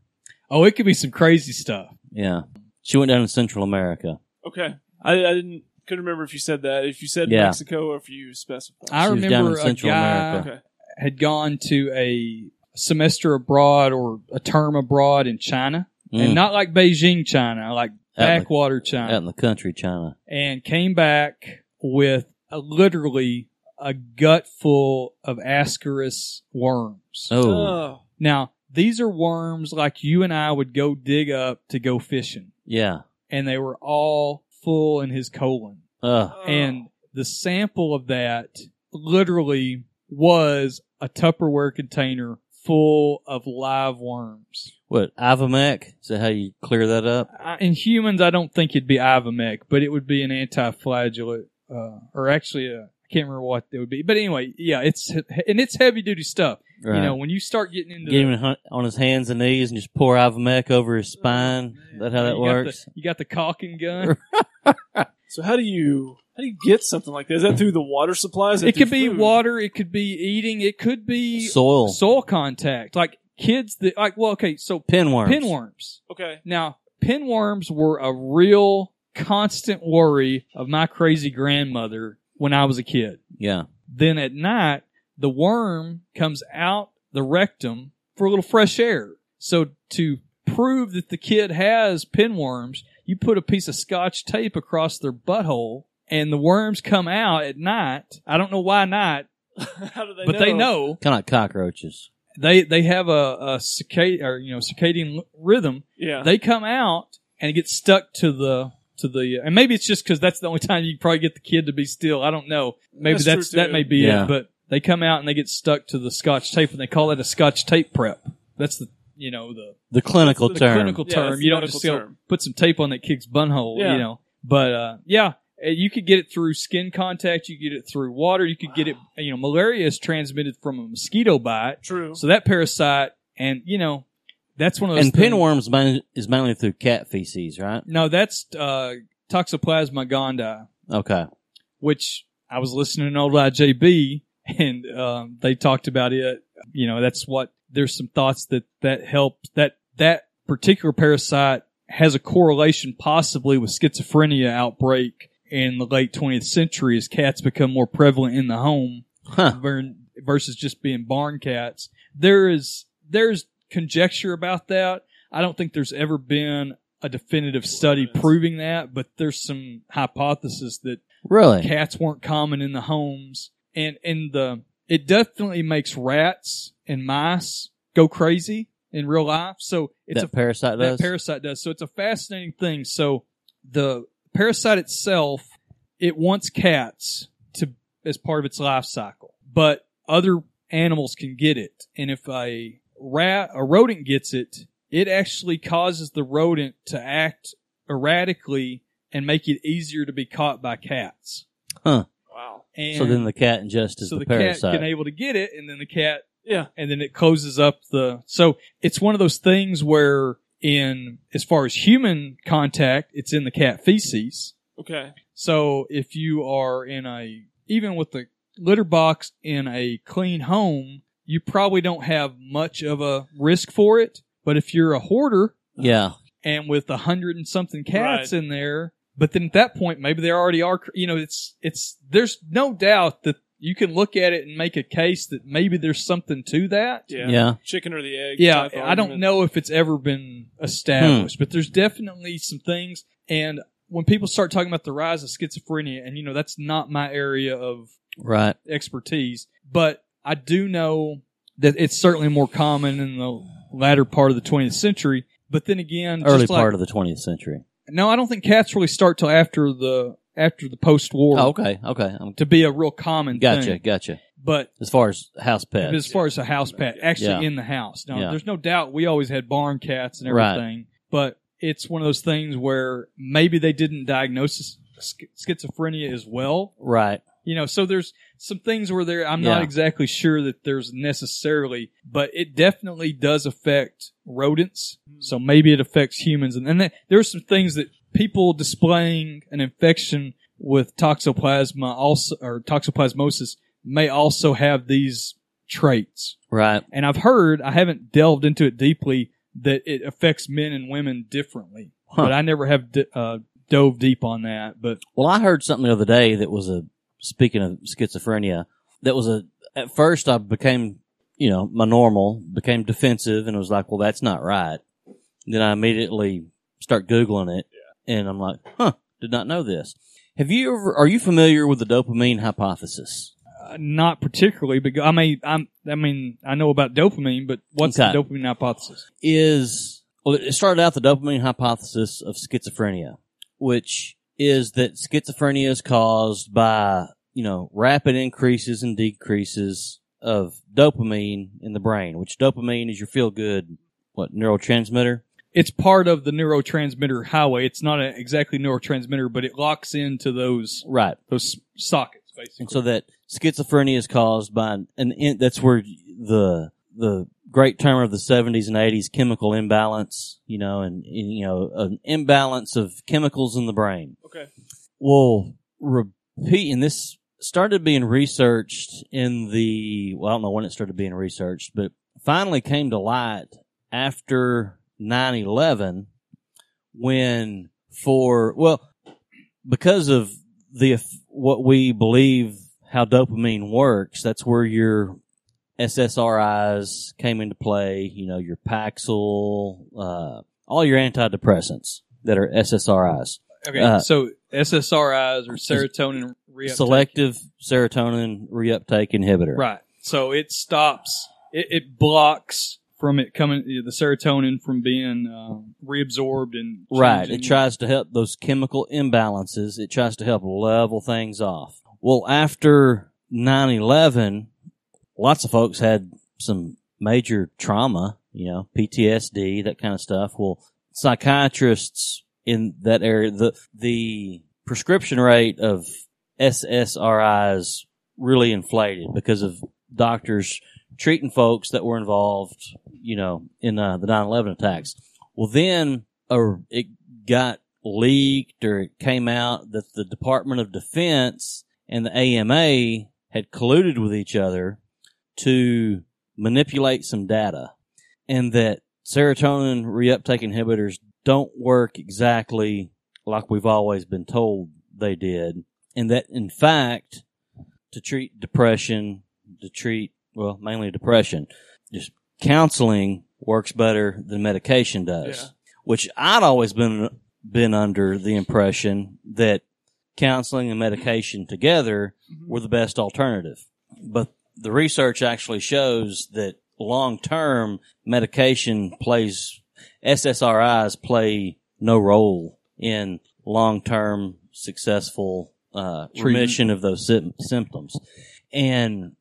Speaker 10: Oh, it could be some crazy stuff.
Speaker 11: Yeah. She went down to Central America.
Speaker 12: Okay. I, I didn't couldn't remember if you said that. If you said
Speaker 11: Yeah.
Speaker 12: Mexico or if you specified.
Speaker 10: I
Speaker 11: She was down
Speaker 10: remember
Speaker 11: in
Speaker 10: a
Speaker 11: Central
Speaker 10: guy
Speaker 11: America.
Speaker 10: had gone to a semester abroad or a term abroad in China,
Speaker 11: Mm.
Speaker 10: and not like Beijing China,
Speaker 11: Out
Speaker 10: like
Speaker 11: in the-
Speaker 10: backwater China,
Speaker 11: out in the country, China.
Speaker 10: and came back with a, literally a gut full of Ascaris worms.
Speaker 11: Oh. Oh.
Speaker 10: now these are worms like you and I would go dig up to go fishing,
Speaker 11: Yeah.
Speaker 10: and they were all full in his colon.
Speaker 11: Ugh.
Speaker 10: And the sample of that literally was a Tupperware container full of live worms.
Speaker 11: What Ivamec? Is that how you clear that up?
Speaker 10: I- In humans, I don't think it'd be Ivamec, but it would be an anti-flagellate, uh, or actually, uh, I can't remember what it would be. But anyway, yeah, it's and it's heavy duty stuff. You
Speaker 11: Right.
Speaker 10: know, when you start getting into
Speaker 11: Get
Speaker 10: the-
Speaker 11: him hun- on his hands and knees and just pour Ivamec over his spine. Is that how that
Speaker 10: Oh, you got the-
Speaker 11: works?
Speaker 10: you got the caulking gun.
Speaker 12: So how do you how do you get something like that? Is that through the water supplies?
Speaker 10: It could be water. It could be eating. It could be
Speaker 11: Soil.
Speaker 10: soil contact. Like kids that like. Well, okay, so
Speaker 11: Pinworms.
Speaker 10: Pinworms.
Speaker 12: Okay.
Speaker 10: [LAUGHS] Now, pinworms were a real constant worry of my crazy grandmother when I was a kid.
Speaker 11: Yeah.
Speaker 10: Then at night, the worm comes out the rectum for a little fresh air. So to prove that the kid has pinworms, you put a piece of scotch tape across their butthole and the worms come out at night. I don't know why not,
Speaker 12: [LAUGHS] How do they
Speaker 10: but
Speaker 12: know?
Speaker 10: they know
Speaker 11: Kind of like cockroaches.
Speaker 10: they they have a, a circadian or you know circadian l- rhythm.
Speaker 12: Yeah.
Speaker 10: they come out and it gets stuck to the to the and maybe it's just because that's the only time you can probably get the kid to be still. I don't know. Maybe
Speaker 12: That's
Speaker 10: that's,
Speaker 12: true,
Speaker 10: that
Speaker 12: too.
Speaker 10: may be
Speaker 11: Yeah.
Speaker 10: it. But they come out and they get stuck to the scotch tape and they call it a scotch tape prep. That's the you know the
Speaker 11: The clinical
Speaker 10: the
Speaker 11: term.
Speaker 10: clinical
Speaker 12: Yeah,
Speaker 10: term.
Speaker 12: that's
Speaker 10: you
Speaker 12: the
Speaker 10: don't just
Speaker 12: medical
Speaker 10: go
Speaker 12: term.
Speaker 10: put some tape on that kid's bunhole.
Speaker 12: Yeah.
Speaker 10: You know, but uh, yeah. eh, You could get it through skin contact. You could get it through water. You could get it. You know, malaria is transmitted from a mosquito bite.
Speaker 12: True.
Speaker 10: So that parasite, and you know, that's one of those.
Speaker 11: and
Speaker 10: things-
Speaker 11: pinworms main- is mainly through cat feces, right?
Speaker 10: No, that's uh, Toxoplasma gondii,
Speaker 11: Okay.
Speaker 10: which I was listening to old IJB, and um, they talked about it. You know, that's what there's some thoughts that that helps that that particular parasite has a correlation possibly with schizophrenia outbreak in the late 20th century as cats become more prevalent in the home
Speaker 11: Huh.
Speaker 10: ver- versus just being barn cats. There is there's conjecture about that. I don't think there's ever been a definitive study proving that, but there's some hypothesis that
Speaker 11: Really?
Speaker 10: cats weren't common in the homes, and and the it definitely makes rats and mice go crazy in real life. So it's
Speaker 11: that
Speaker 10: a
Speaker 11: parasite
Speaker 10: that
Speaker 11: does?
Speaker 10: parasite does. So it's a fascinating thing. So the parasite itself, it wants cats to as part of its life cycle, but other animals can get it. And if a rat, a rodent gets it, it actually causes the rodent to act erratically and make it easier to be caught by cats.
Speaker 11: Huh.
Speaker 12: Wow.
Speaker 10: And
Speaker 11: so then the cat ingests
Speaker 10: so
Speaker 11: the,
Speaker 10: the, cat
Speaker 11: parasite.
Speaker 10: can able to get it, and then the cat
Speaker 12: Yeah.
Speaker 10: and then it closes up the so it's one of those things where in as far as human contact it's in the cat feces
Speaker 12: Okay.
Speaker 10: so if you are in a even with the litter box in a clean home you probably don't have much of a risk for it but if you're a hoarder
Speaker 11: yeah.
Speaker 10: and with a hundred and something cats in there but then at that point maybe they already are you know it's it's there's no doubt that you can look at it and make a case that maybe there's something to that
Speaker 12: Yeah.
Speaker 11: Yeah.
Speaker 12: Chicken or the egg.
Speaker 10: yeah
Speaker 12: type
Speaker 10: i don't
Speaker 12: argument.
Speaker 10: know if it's ever been
Speaker 11: Hmm.
Speaker 10: established but there's definitely some things and when people start talking about the rise of schizophrenia and you know that's not my area of
Speaker 11: Right.
Speaker 10: expertise but i do know that it's certainly more common in the latter part of the 20th century but then again
Speaker 11: Early
Speaker 10: just like,
Speaker 11: part of the 20th century.
Speaker 10: no i don't think cats really start till after the after the post-war
Speaker 11: Oh, okay. Okay. I'm,
Speaker 10: to be a real common
Speaker 11: gotcha.
Speaker 10: thing
Speaker 11: Gotcha.
Speaker 10: but
Speaker 11: As far as house pets.
Speaker 10: as far as a house pet, actually
Speaker 11: Yeah.
Speaker 10: in the house. Now,
Speaker 11: Yeah.
Speaker 10: there's no doubt we always had barn cats and
Speaker 11: Right.
Speaker 10: everything, but it's one of those things where maybe they didn't diagnose s- sch- schizophrenia as well.
Speaker 11: right.
Speaker 10: You know, so there's some things where there I'm
Speaker 11: Yeah.
Speaker 10: not exactly sure that there's necessarily, but it definitely does affect rodents. So maybe it affects humans, and then there- there's some things that people displaying an infection with toxoplasma also or toxoplasmosis may also have these traits.
Speaker 11: Right.
Speaker 10: And I've heard, I haven't delved into it deeply, that it affects men and women differently.
Speaker 11: Huh.
Speaker 10: But I never have d- uh, dove deep on that. But
Speaker 11: Well, I heard something the other day that was a speaking of schizophrenia, that was a at first I became you know my normal became defensive and was like, well, that's not right. Then I immediately start googling it, and I'm like, huh, did not know this. Have you ever? Are you familiar with the dopamine hypothesis?
Speaker 10: uh, not particularly. But I mean, I'm, I mean, I know about dopamine, but what's
Speaker 11: Okay.
Speaker 10: the dopamine hypothesis?
Speaker 11: is well, it started out the dopamine hypothesis of schizophrenia, which is that schizophrenia is caused by you know rapid increases and decreases
Speaker 10: of dopamine in the brain, which dopamine is your feel good, what, neurotransmitter?
Speaker 11: It's part of the neurotransmitter highway. It's not a, exactly neurotransmitter, but it locks into those
Speaker 10: right
Speaker 11: those sockets basically.
Speaker 10: And so that schizophrenia is caused by an, an in, that's where the the great term of the 70s and 80s chemical imbalance, you know, and, and, you know an imbalance of chemicals in the brain.
Speaker 12: Okay.
Speaker 10: Well, repeat and this started being researched in the well, I don't know when it started being researched, but finally came to light after 9/11 when for well because of the what we believe how dopamine works, that's where your SSRIs came into play. You know your Paxil, uh, all your antidepressants that are SSRIs.
Speaker 11: Okay,
Speaker 10: Uh,
Speaker 11: so SSRIs or serotonin reuptake.
Speaker 10: selective serotonin reuptake inhibitor.
Speaker 11: Right. So it stops. It, it blocks from it coming the serotonin from being um, reabsorbed and
Speaker 10: Right. It
Speaker 11: changing.
Speaker 10: tries to help those chemical imbalances. It tries to help level things off. Well, after 9-11, lots of folks had some major trauma, you know, PTSD, that kind of stuff. Well, psychiatrists in that area, the, the prescription rate of SSRIs really inflated because of doctors treating folks that were involved, you know, in uh, the 9-11 attacks. Well, then or it got leaked or it came out that the Department of Defense and the AMA had colluded with each other to manipulate some data and that serotonin reuptake inhibitors don't work exactly like we've always been told they did. And that in fact, to treat depression, to treat, well, mainly depression, just counseling works better than medication does. Which I'd always been, been under the impression that counseling and medication together were the best alternative. But the research actually shows that long term medication plays, SSRIs play no role in long term successful uh,
Speaker 13: Treatment.
Speaker 10: remission of those sym- symptoms. And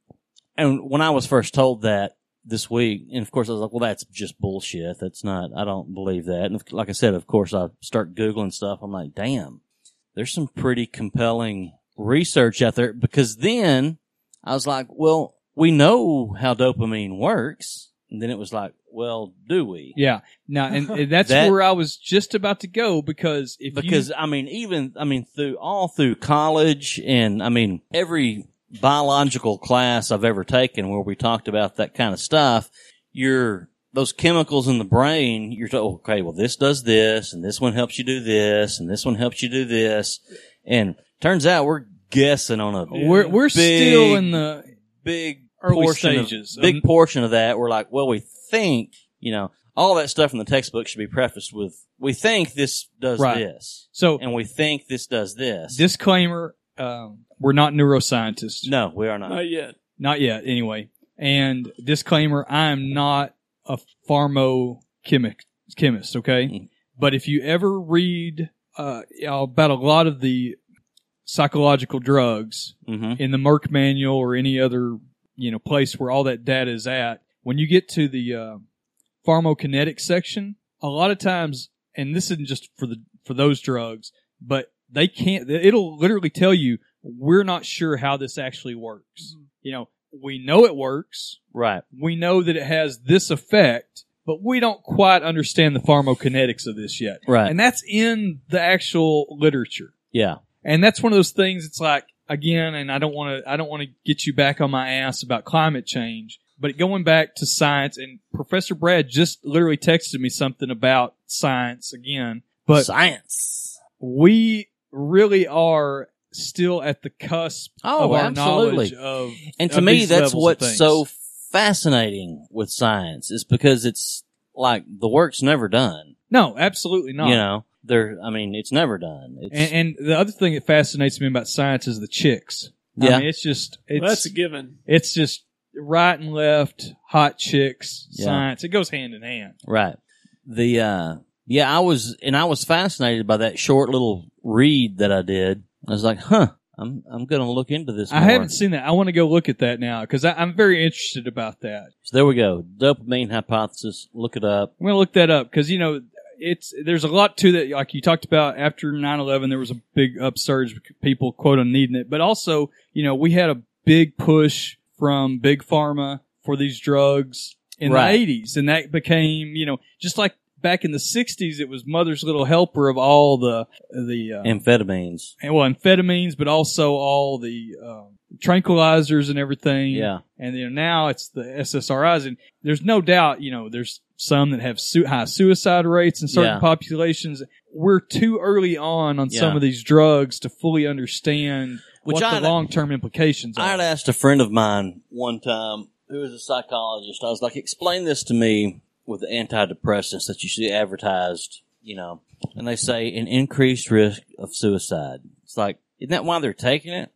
Speaker 10: and when I was first told that this week, and of course I was like, well, that's just bullshit. That's not. I don't believe that. And like I said, of course I start googling stuff. I'm like, damn, there's some pretty compelling research out there. Because then I was like, well, we know how dopamine works. And then it was like, well, do we?
Speaker 11: Yeah. Now, and, and [LAUGHS] that's
Speaker 10: That-
Speaker 11: where I was just about to go because if you-
Speaker 10: because I mean, even I mean, through all through college, and I mean, every biological class I've ever taken where we talked about that kind of stuff, you're those chemicals in the brain. You're told, okay, well, this does this, and this one helps you do this, and this one helps you do this, and turns out we're guessing on a
Speaker 11: we're we're still
Speaker 10: big
Speaker 11: in the
Speaker 10: big
Speaker 11: early
Speaker 10: portion of-
Speaker 11: stages.
Speaker 10: big
Speaker 11: Um,
Speaker 10: portion of that, we're like, well, we think, you know, all that stuff in the textbook should be prefaced with, we think this does
Speaker 11: Right.
Speaker 10: this.
Speaker 11: So,
Speaker 10: and we think this does this.
Speaker 11: disclaimer: um, we're not neuroscientists.
Speaker 10: No, we are not.
Speaker 12: Not yet.
Speaker 11: Not yet. Anyway, and disclaimer: I am not a pharmacochemic chemist. Okay, but if you ever read uh, about a lot of the psychological drugs
Speaker 10: Mm-hmm.
Speaker 11: in the Merck manual or any other you know place where all that data is at, when you get to the uh, pharmacokinetic section, a lot of times, and this isn't just for the for those drugs, but they can't. It'll literally tell you we're not sure how this actually works. You know, we know it works,
Speaker 10: right?
Speaker 11: We know that it has this effect, but we don't quite understand the pharmacokinetics of this yet,
Speaker 10: Right.
Speaker 11: And that's in the actual literature.
Speaker 10: Yeah.
Speaker 11: And that's one of those things. It's like again, and I don't want to. I don't want to get you back on my ass about climate change. But going back to science, and Professor Brad just literally texted me something about science again. But
Speaker 10: science,
Speaker 11: we really are still at the cusp of
Speaker 10: Oh,
Speaker 11: our knowledge
Speaker 10: absolutely.
Speaker 11: of.
Speaker 10: and to
Speaker 11: of
Speaker 10: me,
Speaker 11: these
Speaker 10: that's
Speaker 11: levels of
Speaker 10: what's
Speaker 11: things.
Speaker 10: so fascinating with science is because it's like the work's never done.
Speaker 11: No, absolutely not.
Speaker 10: You know, there. I mean, it's never done. It's,
Speaker 11: And, and the other thing that fascinates me about science is the chicks.
Speaker 10: Yeah.
Speaker 11: I mean, it's just it's,
Speaker 12: Well, that's a given.
Speaker 11: It's just right and left, hot chicks,
Speaker 10: Yeah.
Speaker 11: science. It goes hand in hand.
Speaker 10: Right. The uh yeah, I was and I was fascinated by that short little read that I did. I was like, huh. I'm I'm going to look into this.
Speaker 11: I
Speaker 10: more.
Speaker 11: haven't seen that. I want to go look at that now because I'm very interested about that.
Speaker 10: So there we go. Dopamine hypothesis. Look it up.
Speaker 11: I'm going to look that up because, you know, it's there's a lot to that. Like you talked about after 9 11, there was a big upsurge, of people quote on needing it. But also, you know, we had a big push from Big Pharma for these drugs in
Speaker 10: Right.
Speaker 11: the 80s. And that became, you know, just like back in the 60s, it was Mother's Little Helper of all the, the, uh,
Speaker 10: Amphetamines.
Speaker 11: and well, amphetamines, but also all the um, tranquilizers and everything.
Speaker 10: Yeah.
Speaker 11: And you know, now it's the SSRIs, and there's no doubt, you know, there's some that have su- high suicide rates in certain
Speaker 10: Yeah.
Speaker 11: populations. We're too early on on
Speaker 10: Yeah.
Speaker 11: some of these drugs to fully understand
Speaker 10: Which
Speaker 11: what
Speaker 10: I'd-
Speaker 11: the long term implications are.
Speaker 10: I had asked a friend of mine one time who was a psychologist. I was like, explain this to me with the antidepressants that you see advertised, you know, and they say an increased risk of suicide. It's like, isn't that why they're taking it?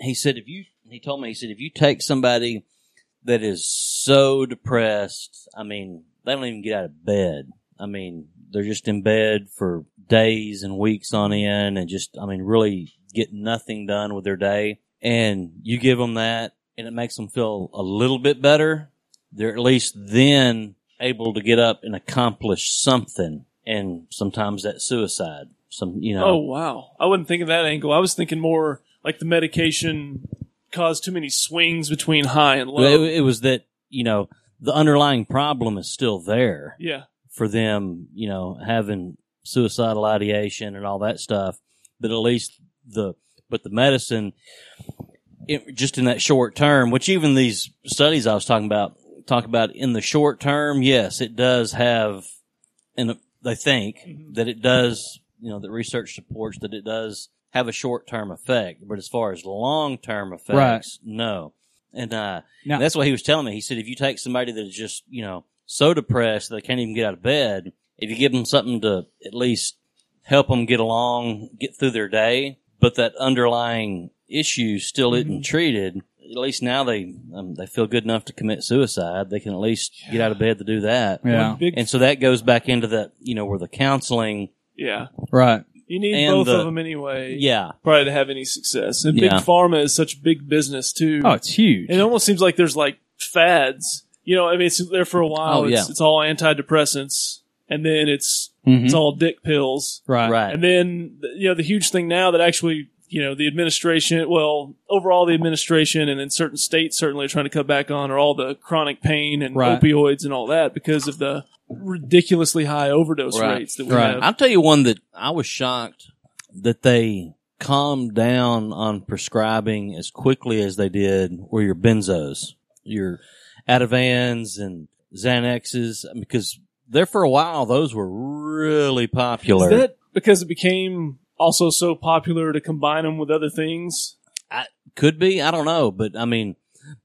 Speaker 10: He said, if you, he told me, he said, if you take somebody that is so depressed, I mean, they don't even get out of bed. I mean, they're just in bed for days and weeks on end and just, I mean, really get nothing done with their day. And you give them that and it makes them feel a little bit better. They're at least then able to get up and accomplish something. And sometimes that's suicide. Some, you know.
Speaker 12: Oh wow, I wasn't thinking that angle. I was thinking more like the medication caused too many swings between high and low.
Speaker 10: Well, it, it was that you know the underlying problem is still there.
Speaker 12: Yeah.
Speaker 10: For them, you know, having suicidal ideation and all that stuff, but at least the but the medicine, it, just in that short term, which even these studies I was talking about talk about in the short term, yes, it does have, and they think
Speaker 11: Mm-hmm.
Speaker 10: that it does. You know, that research supports that it does have a short term effect, but as far as long term effects,
Speaker 11: Right.
Speaker 10: no. And uh,
Speaker 11: Now-
Speaker 10: that's what he was telling me. He said, if you take somebody that is just, you know, so depressed they can't even get out of bed, if you give them something to at least help them get along, get through their day, but that underlying issue still isn't treated, at least now they um, they feel good enough to commit suicide. They can at least get out of bed to do that.
Speaker 11: Yeah. One
Speaker 10: And so that goes back into that, you know, where the counseling.
Speaker 12: Yeah.
Speaker 11: Right.
Speaker 12: You need
Speaker 10: And
Speaker 12: both
Speaker 10: the-
Speaker 12: of them anyway.
Speaker 10: Yeah.
Speaker 12: Probably to have any success. And
Speaker 10: Yeah.
Speaker 12: big pharma is such big business too.
Speaker 11: Oh, it's huge.
Speaker 12: It almost seems like there's like fads. You know, I mean, it's there for a while.
Speaker 10: Oh,
Speaker 12: it's,
Speaker 10: yeah. Mm-hmm.
Speaker 12: it's all antidepressants, and then it's
Speaker 11: Mhm.
Speaker 12: it's all dick pills.
Speaker 11: Right.
Speaker 10: Right.
Speaker 12: And then th- you know the huge thing now that actually you know the administration, well, overall the administration, and then certain states certainly are trying to cut back on are all the chronic pain and
Speaker 10: Right.
Speaker 12: opioids and all that because of the ridiculously high overdose
Speaker 10: Right.
Speaker 12: rates that we have.
Speaker 10: I'll tell you one that I was shocked that they calmed down on prescribing as quickly as they did were your benzos, your Ativans and Xanaxes, because there for a while those were really popular.
Speaker 12: Is that because it became also so popular to combine them with other things?
Speaker 10: Could be, I don't know, but I mean,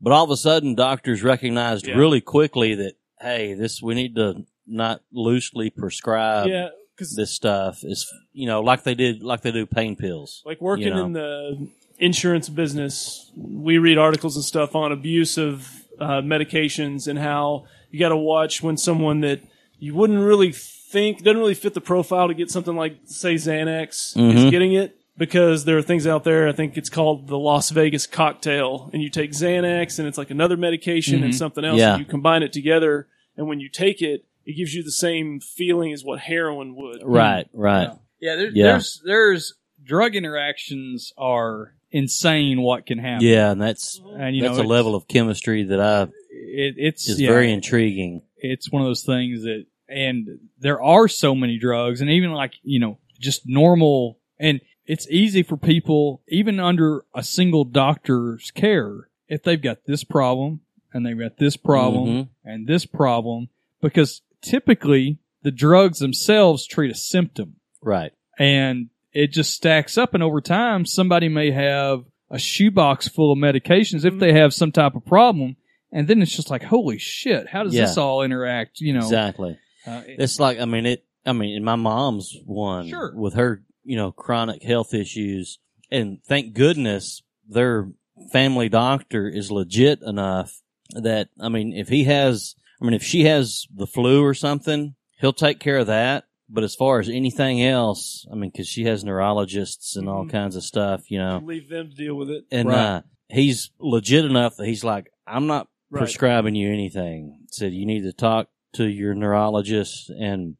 Speaker 10: but all of a sudden doctors recognized
Speaker 12: Yeah.
Speaker 10: really quickly that hey, this we need to not loosely prescribe
Speaker 12: Yeah,
Speaker 10: this stuff is you know like they did like they do pain pills
Speaker 12: Like working
Speaker 10: you know?
Speaker 12: in the insurance business, we read articles and stuff on abuse of uh, medications and how you got to watch when someone that you wouldn't really think doesn't really fit the profile to get something like, say, Xanax is
Speaker 10: Mhm.
Speaker 12: getting it. Because there are things out there, I think it's called the Las Vegas cocktail, and you take Xanax and it's like another medication and
Speaker 10: Mhm.
Speaker 12: something else,
Speaker 10: Yeah.
Speaker 12: and you combine it together, and when you take it, it gives you the same feeling as what heroin would.
Speaker 10: right right
Speaker 11: Yeah, there,
Speaker 10: yeah
Speaker 11: there's there's drug interactions are insane. What can happen?
Speaker 10: yeah and that's
Speaker 11: And, you
Speaker 10: that's
Speaker 11: know,
Speaker 10: a
Speaker 11: it's-
Speaker 10: level of chemistry that i
Speaker 11: It, it's
Speaker 10: is
Speaker 11: yeah,
Speaker 10: very intriguing
Speaker 11: it's one of those things that and there are so many drugs and even like you know just normal and it's easy for people even under a single doctor's care if they've got this problem and they've got this problem
Speaker 10: Mhm.
Speaker 11: and this problem because typically the drugs themselves treat a symptom
Speaker 10: right
Speaker 11: and it just stacks up and over time somebody may have a shoebox full of medications
Speaker 12: Mm-hmm.
Speaker 11: if they have some type of problem and then it's just like holy shit how does
Speaker 10: Yeah.
Speaker 11: this all interact you know
Speaker 10: exactly
Speaker 11: uh,
Speaker 10: it's like i mean it i mean and my mom's one
Speaker 11: Sure.
Speaker 10: with her you know chronic health issues and thank goodness their family doctor is legit enough that i mean if he has i mean if she has the flu or something he'll take care of that But as far as anything else, I mean, because she has neurologists and all kinds of stuff, you know.
Speaker 12: Leave them to deal with it.
Speaker 10: And uh, he's legit enough that he's like, I'm not
Speaker 12: Right.
Speaker 10: prescribing you anything. Said you need to talk to your neurologist, and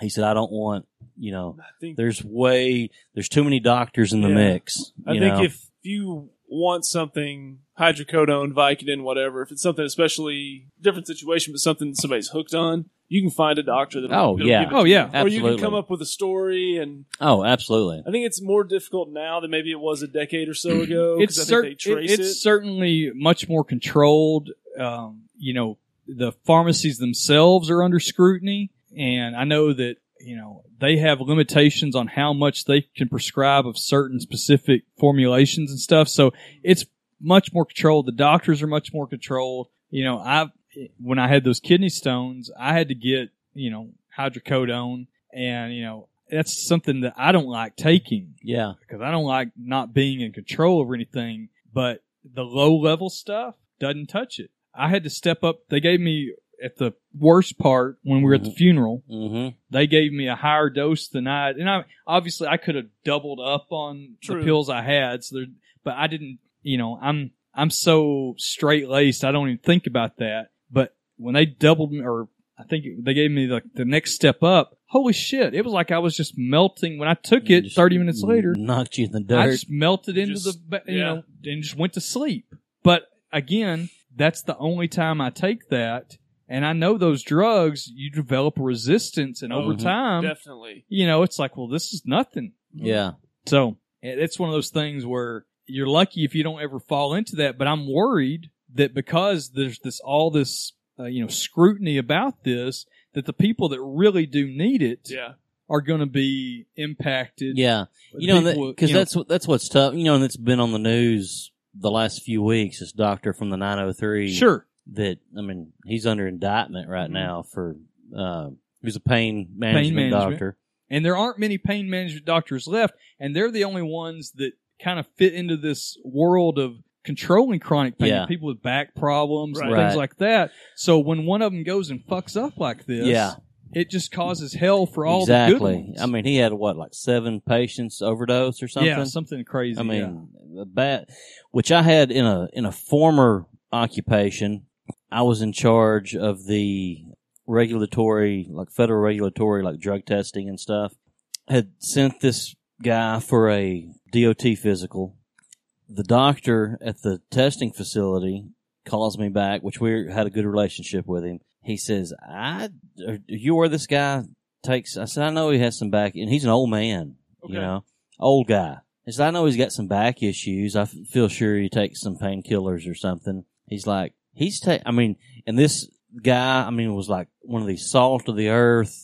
Speaker 10: he said I don't want you know. there's way there's too many doctors in the
Speaker 12: Yeah.
Speaker 10: mix.
Speaker 12: I
Speaker 10: you
Speaker 12: think
Speaker 10: know?
Speaker 12: if you want something, hydrocodone, Vicodin, whatever, if it's something especially different situation, but something somebody's hooked on, you can find a doctor that.
Speaker 10: Oh, yeah.
Speaker 12: give it
Speaker 10: Oh,
Speaker 12: to
Speaker 10: yeah.
Speaker 12: you. Or you can
Speaker 10: Absolutely.
Speaker 12: come up with a story, and
Speaker 10: oh absolutely
Speaker 12: I think it's more difficult now than maybe it was a decade or
Speaker 10: Mm-hmm.
Speaker 12: so ago. 'cause
Speaker 11: It's
Speaker 12: I think
Speaker 11: cer-
Speaker 12: they trace
Speaker 11: it-
Speaker 12: it.
Speaker 11: it's certainly much more controlled. Um, you know, the pharmacies themselves are under scrutiny, and I know that you know they have limitations on how much they can prescribe of certain specific formulations and stuff. So it's much more controlled. The doctors are much more controlled. You know, I when I had those kidney stones, I had to get you know hydrocodone, and you know that's something that I don't like taking
Speaker 10: yeah,
Speaker 11: because I don't like not being in control over anything, but the low level stuff doesn't touch it. I had to step up. They gave me, at the worst part, when we were at the funeral,
Speaker 10: mm-hmm.
Speaker 11: they gave me a higher dose than I, and I, obviously I could have doubled up on
Speaker 12: True.
Speaker 11: the pills I had, so there, but I didn't, you know, I'm, I'm so straight laced, I don't even think about that. But when they doubled me, or I think they gave me like the next step up, holy shit, it was like I was just melting when I took it 30 minutes later.
Speaker 10: knocked you in the
Speaker 11: I
Speaker 10: dirt.
Speaker 11: just melted into the ba- you
Speaker 10: yeah.
Speaker 11: know and just went to sleep. But again, that's the only time I take that. And I know those drugs, you develop a resistance, and over
Speaker 10: Mhm.
Speaker 11: time,
Speaker 12: Definitely.
Speaker 11: you know, it's like, well, this is nothing.
Speaker 10: yeah.
Speaker 11: So it- it's one of those things where you're lucky if you don't ever fall into that. But I'm worried that because there's this all this uh, you know scrutiny about this, that the people that really do need it,
Speaker 12: yeah.
Speaker 11: are going to be impacted.
Speaker 10: Yeah, you know,
Speaker 11: People,
Speaker 10: because
Speaker 11: you know-
Speaker 10: that's what that's what's tough. You know, and it's been on the news the last few weeks. This doctor from the 903,
Speaker 11: Sure. Mm-hmm.
Speaker 10: That I mean, he's under indictment right now for uh, he's a pain management, doctor.
Speaker 11: And there aren't many pain management doctors left, and they're the only ones that kind of fit into this world of controlling chronic pain,
Speaker 10: Yeah.
Speaker 11: people with back problems and
Speaker 10: Right.
Speaker 11: things like that. So when one of them goes and fucks up like this,
Speaker 10: Yeah.
Speaker 11: it just causes hell for all the good
Speaker 10: Exactly.
Speaker 11: ones.
Speaker 10: I mean, he had what like seven patients overdose or something.
Speaker 11: Yeah, something crazy.
Speaker 10: I mean, a bat, which I had in a in a former occupation. I was in charge of the regulatory, like federal regulatory, like drug testing and stuff. Had sent this guy for a DOT physical. The doctor at the testing facility calls me back, which we had a good relationship with him. He says, "I are you where this guy takes?" I said, "I know he has some back, and he's an old man, you
Speaker 12: Okay.
Speaker 10: know, old guy." He said, "I know he's got some back issues. I f- feel sure he takes some painkillers or something." He's like, "He's ta- I mean, and this guy, I mean, was like one of these salt of the earth,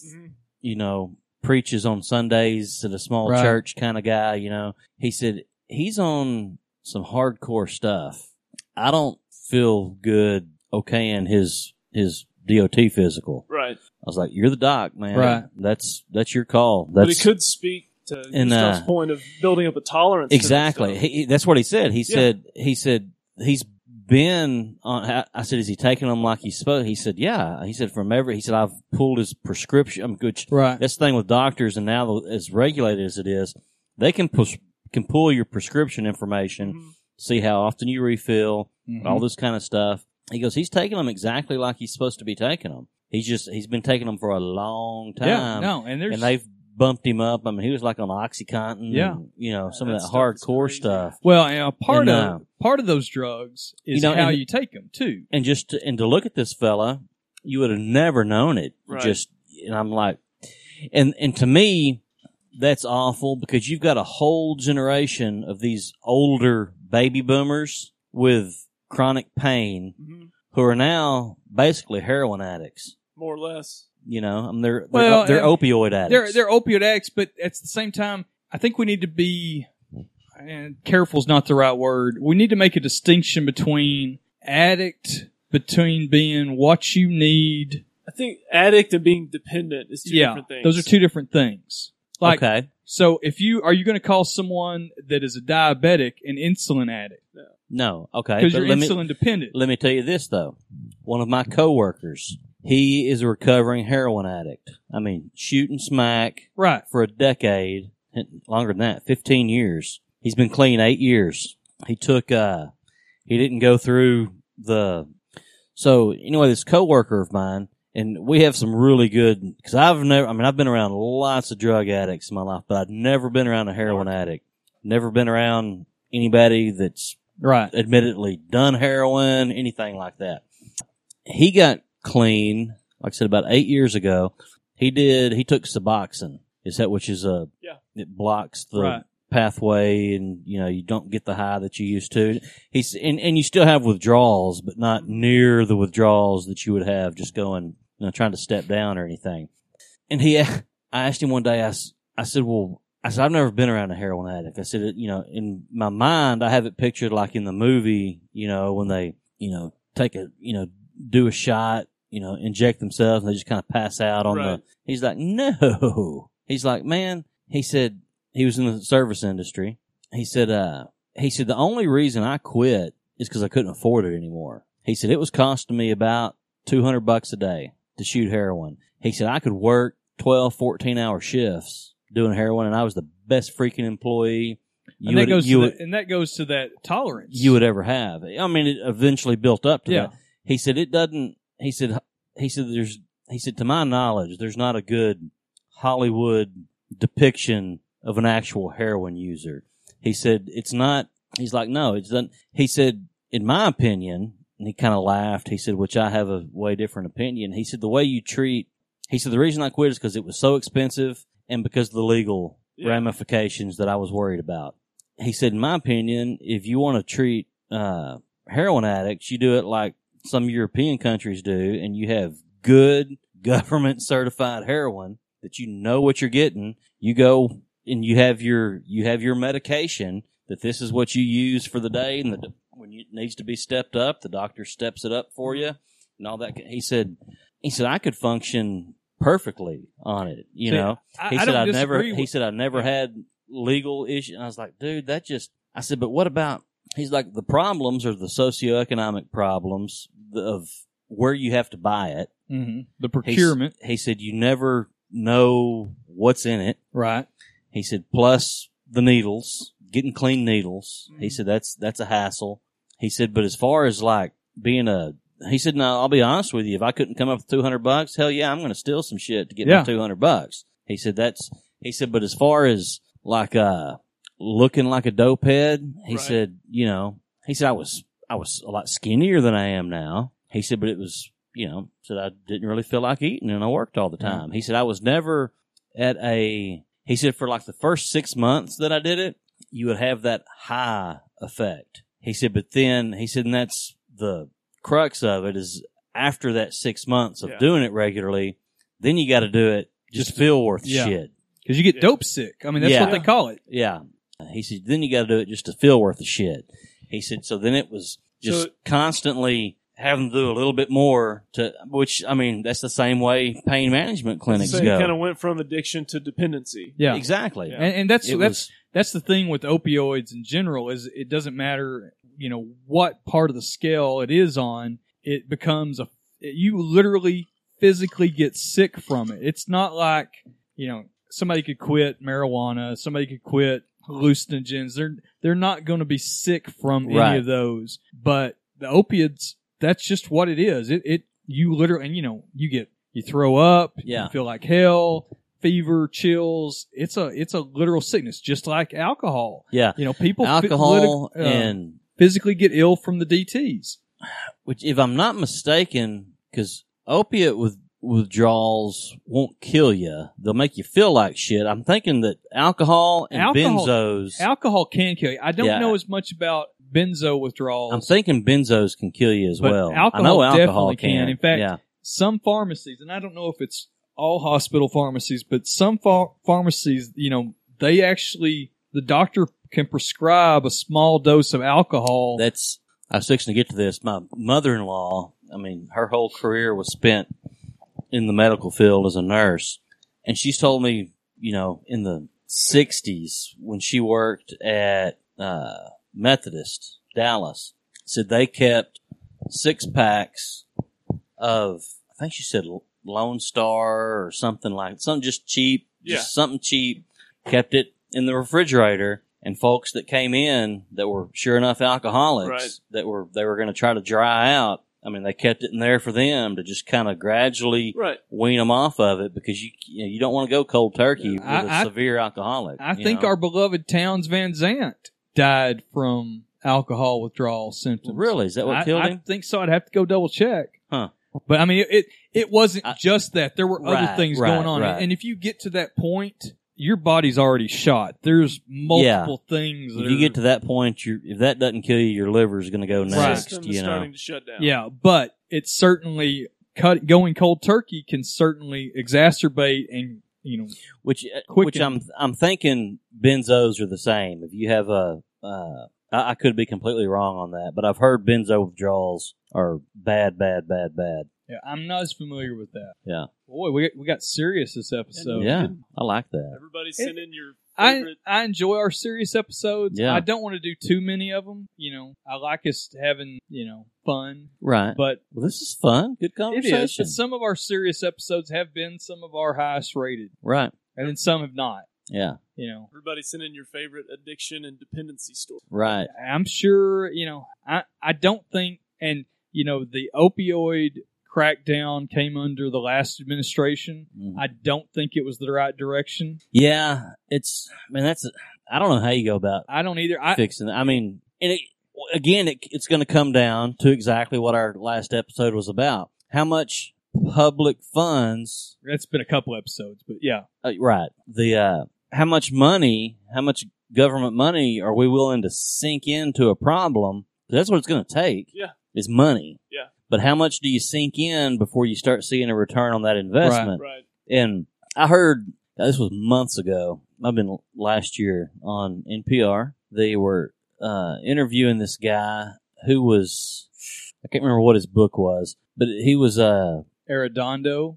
Speaker 10: you know, preaches on Sundays at a small
Speaker 6: Right.
Speaker 10: church kind of guy, you know." He said he's on some hardcore stuff. I don't feel good okaying his his DOT physical.
Speaker 12: Right.
Speaker 10: I was like, "You're the doc, man.
Speaker 12: Right.
Speaker 10: That's that's your call. That's
Speaker 12: but it could speak to
Speaker 10: And, uh,
Speaker 12: Gustav's point of building up a tolerance. to this
Speaker 10: exactly."
Speaker 12: stuff.
Speaker 10: He, he- that's what he said. He
Speaker 12: Yeah.
Speaker 10: said he said he's been on. I- I said, "Is he taking them like he's supposed?" He said, "Yeah." He said, "From every." He said, "I've pulled his prescription." I'm good.
Speaker 11: Right.
Speaker 10: That's the thing with doctors, and now as regulated as it is, they can push can pull your prescription information,
Speaker 12: Mm-hmm.
Speaker 10: see how often you refill,
Speaker 11: Mhm.
Speaker 10: all this kind of stuff. He goes, he's taking them exactly like he's supposed to be taking them. He's just he's been taking them for a long time.
Speaker 11: Yeah, no, and there's-
Speaker 10: they've bumped him up. I mean, he was like on OxyContin.
Speaker 11: Yeah.
Speaker 10: and, you know some
Speaker 11: that
Speaker 10: of that hardcore stuff.
Speaker 11: Well, you know, part
Speaker 10: And, uh,
Speaker 11: of part of those drugs is
Speaker 10: you know,
Speaker 11: how
Speaker 10: and-
Speaker 11: you take them too.
Speaker 10: and just to, and to look at this fella, you would have never known it.
Speaker 11: Right.
Speaker 10: Just and I'm like, and and to me, that's awful because you've got a whole generation of these older baby boomers with chronic pain
Speaker 11: Mm-hmm.
Speaker 10: who are now basically heroin addicts.
Speaker 12: More or less.
Speaker 10: You know, I mean, they're they're,
Speaker 11: Well,
Speaker 10: they're
Speaker 11: and
Speaker 10: opioid
Speaker 11: They're
Speaker 10: addicts.
Speaker 11: they're opioid addicts, but at the same time, I think we need to be and careful is not the right word. We need to make a distinction between addict between being what you need.
Speaker 12: I think addict and being dependent is two
Speaker 11: yeah,
Speaker 12: different things.
Speaker 11: those are two different things. Like,
Speaker 10: Okay.
Speaker 11: So if you are you going to call someone that is a diabetic an insulin addict?
Speaker 10: No, okay.
Speaker 11: 'Cause
Speaker 10: but
Speaker 11: you're
Speaker 10: let me-
Speaker 11: insulin dependent.
Speaker 10: Let me tell you this though. One of my coworkers He is a recovering heroin addict. I mean, shooting smack
Speaker 11: right
Speaker 10: for a decade, longer than that, fifteen years. He's been clean eight years. He took uh, he didn't go through the. So anyway, this coworker of mine, and we have some really good because I've never. I mean, I've been around lots of drug addicts in my life, but I've never been around a heroin addict. Never been around anybody that's
Speaker 11: right
Speaker 10: admittedly done heroin, anything like that. He got clean, like I said, about eight years ago. He did. He took Suboxone. Is that which is a
Speaker 12: Yeah.
Speaker 10: it blocks the
Speaker 12: Right.
Speaker 10: pathway, and you know you don't get the high that you used to. He's and, and you still have withdrawals, but not near the withdrawals that you would have just going, you know, trying to step down or anything. And he, [LAUGHS] I asked him one day. I, s- I said, well, I said I've never been around a heroin addict. I said, it- you know, in my mind, I have it pictured like in the movie, you know, when they, you know, take a, you know, do a shot, you know, inject themselves, and they just kind of pass out on
Speaker 12: Right.
Speaker 10: the. He's like, no. He's like, man. He said he was in the service industry. He said, uh, he said the only reason I quit is because I couldn't afford it anymore. He said it was costing me about 200 bucks a day to shoot heroin. He said I could work 12, 14 hour shifts doing heroin and I was the best freaking employee you
Speaker 11: and, that
Speaker 10: would,
Speaker 11: goes
Speaker 10: you
Speaker 11: to
Speaker 10: would,
Speaker 11: that, and that goes to that tolerance.
Speaker 10: you would ever have. I mean, it eventually built up to
Speaker 11: Yeah.
Speaker 10: that. He said it doesn't, he said, he said there's, he said to my knowledge, there's not a good Hollywood depiction of an actual heroin user. He said, it's not, he's like, no, it's not. He said, in my opinion, and he kind of laughed. He said, which I have a way different opinion. He said, the way you treat, he said, the reason I quit is because it was so expensive and because of the legal ramifications that I was worried about. He said, in my opinion, if you want to treat, uh, heroin addicts, you do it like some European countries do and you have good [LAUGHS] government certified heroin that you know what you're getting. You go and you have your, you have your medication that this is what you use for the day and the, when it needs to be stepped up, the doctor steps it up for you and all that. He said, he said, I could function perfectly on it. You
Speaker 11: See,
Speaker 10: know,
Speaker 11: I-
Speaker 10: he
Speaker 11: I
Speaker 10: said,
Speaker 11: don't
Speaker 10: I never,
Speaker 11: disagree
Speaker 10: he
Speaker 11: with-
Speaker 10: said, I never had legal issue. And I was like, dude, that just, I said, but what about, he's like, the problems are the socioeconomic problems of where you have to buy it.
Speaker 11: Mhm. The
Speaker 10: He s-
Speaker 11: procurement.
Speaker 10: He, said, you never know what's in it.
Speaker 11: Right.
Speaker 10: He said, plus the needles, getting clean needles. He said, that's, that's a hassle. He said, but as far as like being a, he said, no, I'll be honest with you. If I couldn't come up with 200 bucks, hell yeah, I'm going to steal some shit to get
Speaker 11: Yeah.
Speaker 10: my 200 bucks. He said, that's, he said, but as far as like, uh, looking like a dope head, he said, you know, he said, I was, I was a lot skinnier than I am now. He said, but it was, you know, said I didn't really feel like eating and I worked all the time. He said, I was never at a, he said, for like the first six months that I did it, you would have that high effect. He said, but then he said, and that's the crux of it is after that six months of
Speaker 11: Yeah.
Speaker 10: doing it regularly, then you got to do it just, feel worth
Speaker 11: yeah.
Speaker 10: shit.
Speaker 11: Because you get dope sick. I mean, that's what
Speaker 10: Yeah.
Speaker 11: they call it.
Speaker 10: Yeah. He said, then you got to do it just to feel worth the shit. He said, so then it was just
Speaker 12: So-
Speaker 10: constantly having to do a little bit more to, which, I mean, that's the same way pain management clinics
Speaker 12: So
Speaker 10: go.
Speaker 12: kind of went from addiction to dependency.
Speaker 11: Yeah,
Speaker 10: Exactly.
Speaker 11: And, and that's
Speaker 10: It
Speaker 11: that's
Speaker 10: was-
Speaker 11: that's the thing with opioids in general is it doesn't matter you know what part of the scale it is on. It becomes a you literally physically get sick from it. It's not like you know somebody could quit marijuana, somebody could quit hallucinogens. They're they're not going to be sick from
Speaker 10: Right.
Speaker 11: any of those. But the opiates, that's just what it is. It it you literally and you know you get you throw up,
Speaker 10: Yeah.
Speaker 11: you feel like hell, fever, chills. It's a it's a literal sickness, just like alcohol.
Speaker 10: Yeah.
Speaker 11: you know people fi-
Speaker 10: Alcohol
Speaker 11: lit- uh,
Speaker 10: and-
Speaker 11: physically get ill from the DTS.
Speaker 10: which if I'm not mistaken, because opiate with withdrawals won't kill you; they'll make you feel like shit. I'm thinking that alcohol and
Speaker 11: Alcohol-
Speaker 10: benzos.
Speaker 11: Alcohol can kill you. I don't
Speaker 10: Yeah.
Speaker 11: know as much about benzo withdrawals.
Speaker 10: I'm thinking benzos can kill you as
Speaker 11: but
Speaker 10: well.
Speaker 11: Alcohol
Speaker 10: I know alcohol
Speaker 11: definitely can. In fact,
Speaker 10: yeah,
Speaker 11: some pharmacies, and I don't know if it's all hospital pharmacies, but some ph- pharmacies, you know, they actually the doctor can prescribe a small dose of alcohol.
Speaker 10: that's. I was fixing to get to this. My mother-in-law. I mean, her whole career was spent in the medical field as a nurse. And she's told me, you know, in the 60s when she worked at uh, Methodist, Dallas, said they kept six packs of, I think she said L- Lone Star or something like something just cheap, just
Speaker 12: Yeah.
Speaker 10: something cheap. Kept it in the refrigerator, and folks that came in that were sure enough alcoholics
Speaker 12: Right.
Speaker 10: that were they were going to try to dry out. I mean, they kept it in there for them to just kind of gradually
Speaker 12: Right.
Speaker 10: wean them off of it because you you, know, you don't want to go cold turkey with
Speaker 11: I-
Speaker 10: a
Speaker 11: I-
Speaker 10: severe alcoholic.
Speaker 11: I
Speaker 10: you
Speaker 11: think
Speaker 10: know?
Speaker 11: our beloved Towns Van Zant died from alcohol withdrawal symptoms.
Speaker 10: Really? Is that what
Speaker 11: I-
Speaker 10: killed
Speaker 11: I
Speaker 10: him?
Speaker 11: think so. I'd have to go double check.
Speaker 10: Huh.
Speaker 11: But I mean, it it, it wasn't just that. There were other
Speaker 10: Right,
Speaker 11: things
Speaker 10: right,
Speaker 11: going on,
Speaker 10: right.
Speaker 11: and if you get to that point, your body's already shot. There's multiple things. That
Speaker 10: If you
Speaker 11: are-
Speaker 10: get to that point, you if that doesn't kill you, your liver is going to go next.
Speaker 12: System is
Speaker 10: You know,
Speaker 12: starting to shut down.
Speaker 11: Yeah, but it's certainly cut going cold turkey can certainly exacerbate and you know
Speaker 10: which uh,
Speaker 11: quicken.
Speaker 10: which I'm I'm thinking benzos are the same. If you have a, uh, I, I could be completely wrong on that, but I've heard benzo withdrawals are bad, bad, bad, bad.
Speaker 11: yeah, I'm not as familiar with that.
Speaker 10: Yeah,
Speaker 11: Boy, we we got serious this episode.
Speaker 10: yeah, I like that.
Speaker 12: Everybody send in your
Speaker 11: I, I enjoy our serious episodes.
Speaker 10: Yeah.
Speaker 11: I don't want to do too many of them. You know, I like us having you know fun,
Speaker 10: Right,
Speaker 11: but
Speaker 10: well, this is fun. Good
Speaker 11: it
Speaker 10: conversation.
Speaker 11: is. But some of our serious episodes have been some of our highest rated,
Speaker 10: right.
Speaker 11: and then some have not.
Speaker 10: Yeah.
Speaker 11: You know,
Speaker 12: everybody send in your favorite addiction and dependency story.
Speaker 10: Right.
Speaker 11: I'm sure you know. I I don't think, and you know, the opioid crackdown came under the last administration.
Speaker 10: Mhm.
Speaker 11: I don't think it was the right direction.
Speaker 10: Yeah. It's. I mean, that's. I don't know how you go about
Speaker 11: I don't either. I
Speaker 10: fixing. It. I mean, and it, again, it, it's going to come down to exactly what our last episode was about. How much public funds?
Speaker 11: that's been a couple episodes, but yeah.
Speaker 10: Uh, right. The uh, how much money? How much government money are we willing to sink into a problem? That's what it's going to take.
Speaker 12: Yeah.
Speaker 10: Is money.
Speaker 12: Yeah.
Speaker 10: But how much do you sink in before you start seeing a return on that investment?
Speaker 12: Right.
Speaker 10: And I heard uh, this was months ago. I've been last year on NPR. They were uh, interviewing this guy who was I can't remember what his book was, but he was uh [LAUGHS]
Speaker 11: Arredondo.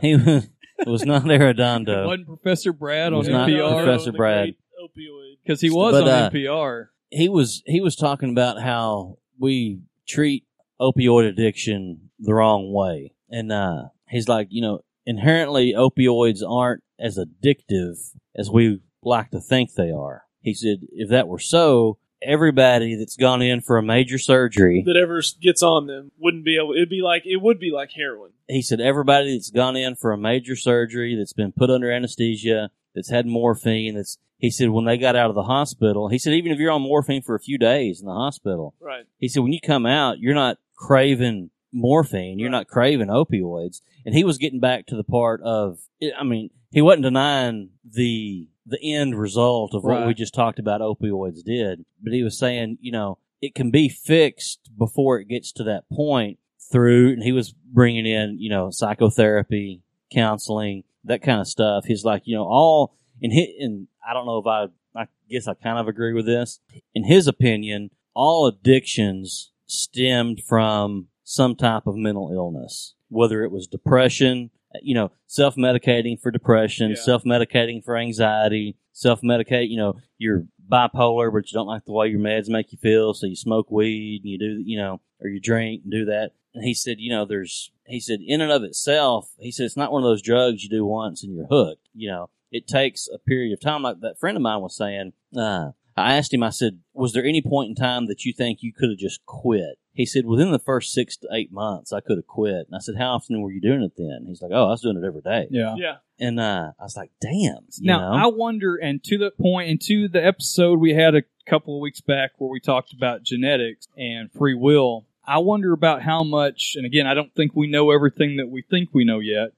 Speaker 10: he was, it was not Arredondo.
Speaker 11: It wasn't Professor Brad
Speaker 10: It
Speaker 11: on
Speaker 10: was not
Speaker 11: NPR
Speaker 10: Professor
Speaker 12: The
Speaker 10: Brad.
Speaker 12: great Opioid.
Speaker 11: because he was
Speaker 10: But,
Speaker 11: on
Speaker 10: uh,
Speaker 11: NPR.
Speaker 10: he was he was talking about how we treat opioid addiction the wrong way and uh he's like you know inherently opioids aren't as addictive as we like to think they are he said if that were so everybody that's gone in for a major surgery
Speaker 12: That ever gets on them wouldn't be able. It'd be like it would be like heroin.
Speaker 10: he said everybody that's gone in for a major surgery that's been put under anesthesia that's had morphine that's he said when they got out of the hospital he said even if you're on morphine for a few days in the hospital
Speaker 12: Right.
Speaker 10: He said, when you come out, you're not craving morphine, you're not craving opioids. And he was getting back to the part of, I mean, he wasn't denying the the end result of what
Speaker 11: Right.
Speaker 10: we just talked about opioids did, but he was saying, you know, it can be fixed before it gets to that point through, and he was bringing in, you know, psychotherapy, counseling, that kind of stuff. He's like, you know, all and he, and I don't know if I, I guess I kind of agree with this. In his opinion, all addictions stemmed from some type of mental illness, whether it was depression, you know, self medicating for depression,
Speaker 12: Yeah.
Speaker 10: self medicating for anxiety, self medicate, you know, you're bipolar, but you don't like the way your meds make you feel. So you smoke weed and you do, you know, or you drink and do that. And he said, you know, there's, he said, in and of itself, he said, it's not one of those drugs you do once and you're hooked. You know, it takes a period of time. Like that friend of mine was saying, uh, I asked him, I said, was there any point in time that you think you could have just quit? He said, within the first six to eight months, I could have quit. And I said, how often were you doing it then? He's like, oh, I was doing it every day.
Speaker 11: Yeah.
Speaker 12: Yeah.
Speaker 10: And uh, I was like, damn. You
Speaker 11: Now
Speaker 10: know?
Speaker 11: I wonder, and to the point, and to the episode we had a couple of weeks back where we talked about genetics and free will. I wonder about how much, and again, I don't think we know everything that we think we know yet.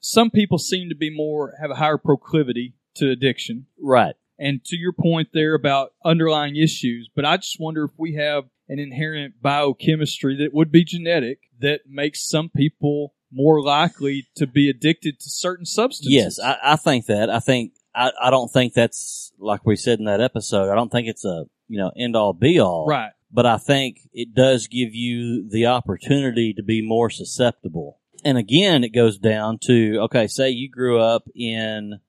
Speaker 11: Some people seem to be more have a higher proclivity to addiction,
Speaker 10: right.
Speaker 11: and to your point there about underlying issues, but I just wonder if we have an inherent biochemistry that would be genetic that makes some people more likely to be addicted to certain substances.
Speaker 10: Yes, I, I think that. I think I, I don't think that's like we said in that episode. I don't think it's a you know end all be all.
Speaker 11: right.
Speaker 10: But I think it does give you the opportunity to be more susceptible. And again, it goes down to okay, say you grew up in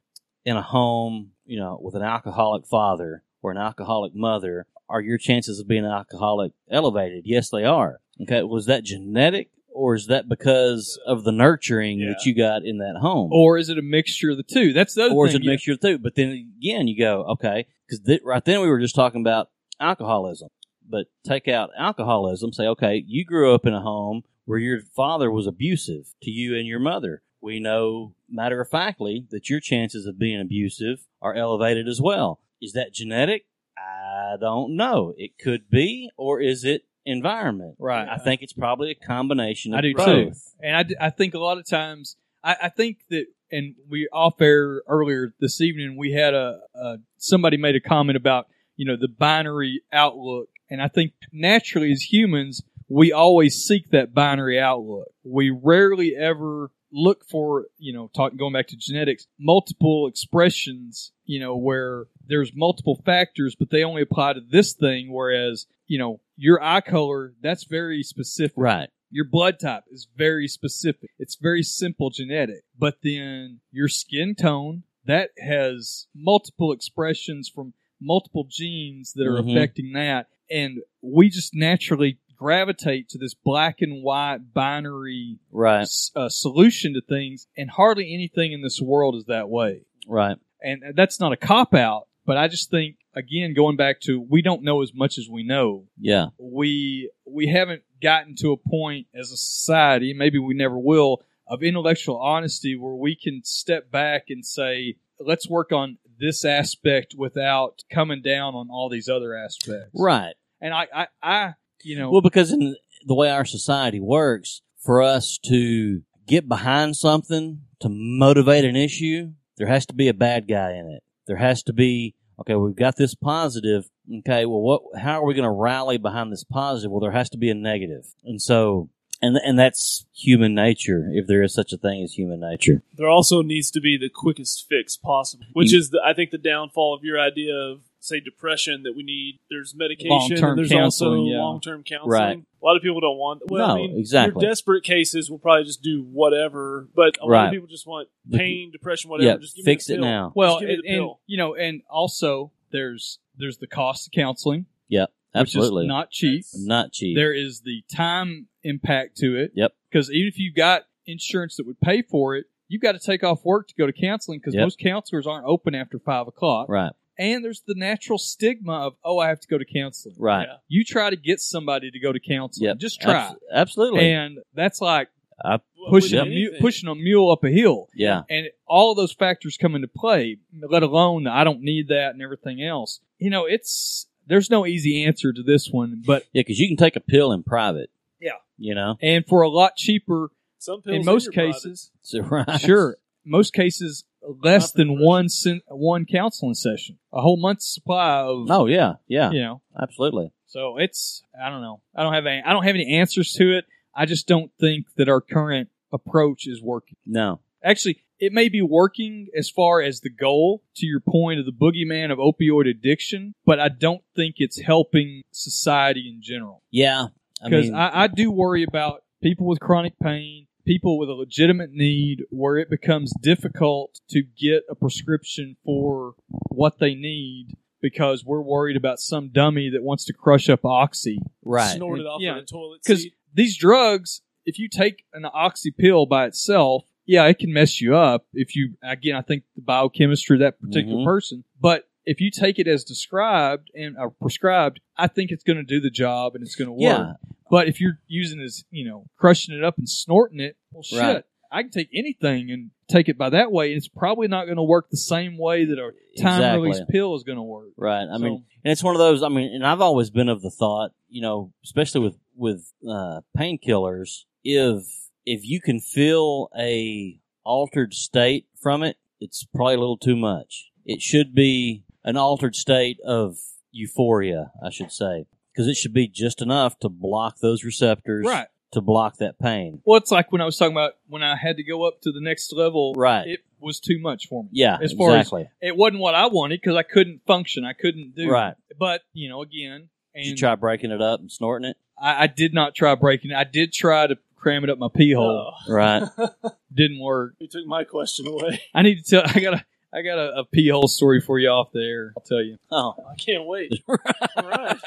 Speaker 10: in a home, you know, with an alcoholic father or an alcoholic mother, are your chances of being an alcoholic elevated? Yes, they are. Okay, was that genetic or is that because of the nurturing that you got in that home?
Speaker 11: Or is it a mixture of the two? That's the other
Speaker 10: or
Speaker 11: thing.
Speaker 10: is it a
Speaker 11: you-
Speaker 10: mixture of the two? But then again, you go okay because th- right then we were just talking about alcoholism, but take out alcoholism. Say okay, you grew up in a home where your father was abusive to you and your mother. We know matter of factly that your chances of being abusive are elevated as well. Is that genetic? I don't know. It could be, or is it environment? Right. I think it's probably a combination of
Speaker 11: I do
Speaker 10: both.
Speaker 11: too. And I, d- I think a lot of times, I, I think that, and we off air earlier this evening, we had a, a somebody made a comment about, you know, the binary outlook. And I think naturally as humans, we always seek that binary outlook. We rarely ever look for, you know, talk, going back to genetics, multiple expressions, you know, where there's multiple factors, but they only apply to this thing. Whereas, you know, your eye color, that's very specific.
Speaker 10: Right.
Speaker 11: Your blood type is very specific. It's very simple genetic. But then your skin tone, that has multiple expressions from multiple genes that are
Speaker 10: Mhm.
Speaker 11: affecting that. And we just naturally gravitate to this black and white binary
Speaker 10: Right.
Speaker 11: s- uh, solution to things. And hardly anything in this world is that way.
Speaker 10: Right.
Speaker 11: And that's not a cop out, but I just think, again, going back to we don't know as much as we know
Speaker 10: Yeah.
Speaker 11: we we haven't gotten to a point as a society, maybe we never will, of intellectual honesty where we can step back and say, let's work on this aspect without coming down on all these other aspects.
Speaker 10: Right.
Speaker 11: And I, I, I you know,
Speaker 10: Well, because in the way our society works, for us to get behind something to motivate an issue, there has to be a bad guy in it. There has to be okay. We've got this positive. Okay. Well, what? How are we going to rally behind this positive? Well, there has to be a negative, and so and and that's human nature, if there is such a thing as human nature.
Speaker 12: There also needs to be the quickest fix possible, which
Speaker 10: Mm.
Speaker 12: is the, I think the downfall of your idea of say depression that we need. There's medication.
Speaker 11: Long-term
Speaker 12: and there's also
Speaker 11: counseling, yeah.
Speaker 12: long term counseling.
Speaker 10: Right.
Speaker 12: A lot of people don't want. Well, I
Speaker 10: No,
Speaker 12: mean,
Speaker 10: exactly.
Speaker 12: Your desperate cases will probably just do whatever, but a lot
Speaker 10: Right.
Speaker 12: of people just want
Speaker 10: The-
Speaker 12: pain, depression, whatever.
Speaker 10: yeah,
Speaker 12: just give me the
Speaker 10: fix it
Speaker 12: pill.
Speaker 10: now.
Speaker 12: Just
Speaker 11: well,
Speaker 12: give me
Speaker 11: and,
Speaker 12: the
Speaker 11: and,
Speaker 12: pill.
Speaker 11: you know, and also there's there's the cost of counseling,
Speaker 10: Yep. Absolutely.
Speaker 11: which is not cheap.
Speaker 10: not cheap.
Speaker 11: There is the time impact to it.
Speaker 10: Yep.
Speaker 11: Because even if you've got insurance that would pay for it, you've got to take off work to go to counseling because
Speaker 10: Yep.
Speaker 11: most counselors aren't open after five o'clock.
Speaker 10: Right.
Speaker 11: And there's the natural stigma of, oh, I have to go to counseling.
Speaker 10: Right.
Speaker 11: You try to get somebody to go to counseling.
Speaker 10: Yep.
Speaker 11: Just try.
Speaker 10: Abs- absolutely.
Speaker 11: And that's like
Speaker 10: I,
Speaker 11: pushing,
Speaker 10: Yep.
Speaker 11: a mu- pushing a mule up a hill.
Speaker 10: Yeah.
Speaker 11: And all those factors come into play, let alone the I don't need that and everything else. You know, it's, there's no easy answer to this one, but
Speaker 10: Yeah, because you can take a pill in private.
Speaker 11: Yeah.
Speaker 10: You know?
Speaker 11: and for a lot cheaper
Speaker 12: Some pills
Speaker 11: in most
Speaker 12: your body.
Speaker 11: cases.
Speaker 10: So, right.
Speaker 11: Sure, most cases less than one sen- one counseling session, a whole month's supply of.
Speaker 10: [LAUGHS] Oh, yeah. Yeah.
Speaker 11: you know.
Speaker 10: Absolutely.
Speaker 11: So it's I don't know. I don't have any. I don't have any answers to it. I just don't think that our current approach is working.
Speaker 10: No.
Speaker 11: Actually, it may be working as far as the goal to your point of the boogeyman of opioid addiction, but I don't think it's helping society in general.
Speaker 10: Yeah. I
Speaker 11: because
Speaker 10: mean,
Speaker 11: I, I, do worry about people with chronic pain, people with a legitimate need, where it becomes difficult to get a prescription for what they need because we're worried about some dummy that wants to crush up oxy.
Speaker 10: right.
Speaker 12: Snorted off
Speaker 11: Yeah.
Speaker 12: of the toilet
Speaker 11: Because
Speaker 12: seat.
Speaker 11: these drugs, if you take an oxy pill by itself, yeah, it can mess you up. If you again, I think the biochemistry of that particular
Speaker 10: Mhm.
Speaker 11: person, but if you take it as described and uh, prescribed, I think it's going to do the job and it's going to work.
Speaker 10: Yeah.
Speaker 11: But if you're using this, you know, crushing it up and snorting it, well, shit,
Speaker 10: Right.
Speaker 11: I can take anything and take it by that way. It's probably not going to work the same way that a time
Speaker 10: Exactly.
Speaker 11: release pill is going to work.
Speaker 10: Right. I
Speaker 11: So-
Speaker 10: mean, and it's one of those. I mean, and I've always been of the thought, you know, especially with with uh, painkillers, if if you can feel a altered state from it, it's probably a little too much. It should be an altered state of euphoria, I should say, because it should be just enough to block those receptors,
Speaker 11: Right.
Speaker 10: To block that pain,
Speaker 11: Well, it's like when I was talking about when I had to go up to the next level,
Speaker 10: right?
Speaker 11: it was too much for me.
Speaker 10: yeah,
Speaker 11: as far
Speaker 10: exactly.
Speaker 11: as it wasn't what I wanted because I couldn't function, I couldn't do.
Speaker 10: right.
Speaker 11: But you know, again,
Speaker 10: Did you
Speaker 11: and
Speaker 10: try breaking it up and snorting
Speaker 12: [LAUGHS]
Speaker 10: it,
Speaker 11: I, I did not try breaking. it. I did try to cram it up my pee hole.
Speaker 12: Oh,
Speaker 10: right?
Speaker 12: [LAUGHS]
Speaker 11: Didn't work.
Speaker 12: you took my
Speaker 11: [LAUGHS]
Speaker 12: question away.
Speaker 11: I need to tell. I got a. I got a, a pee hole story for you off there. I'll tell you.
Speaker 10: [LAUGHS] oh,
Speaker 12: I can't wait. All right.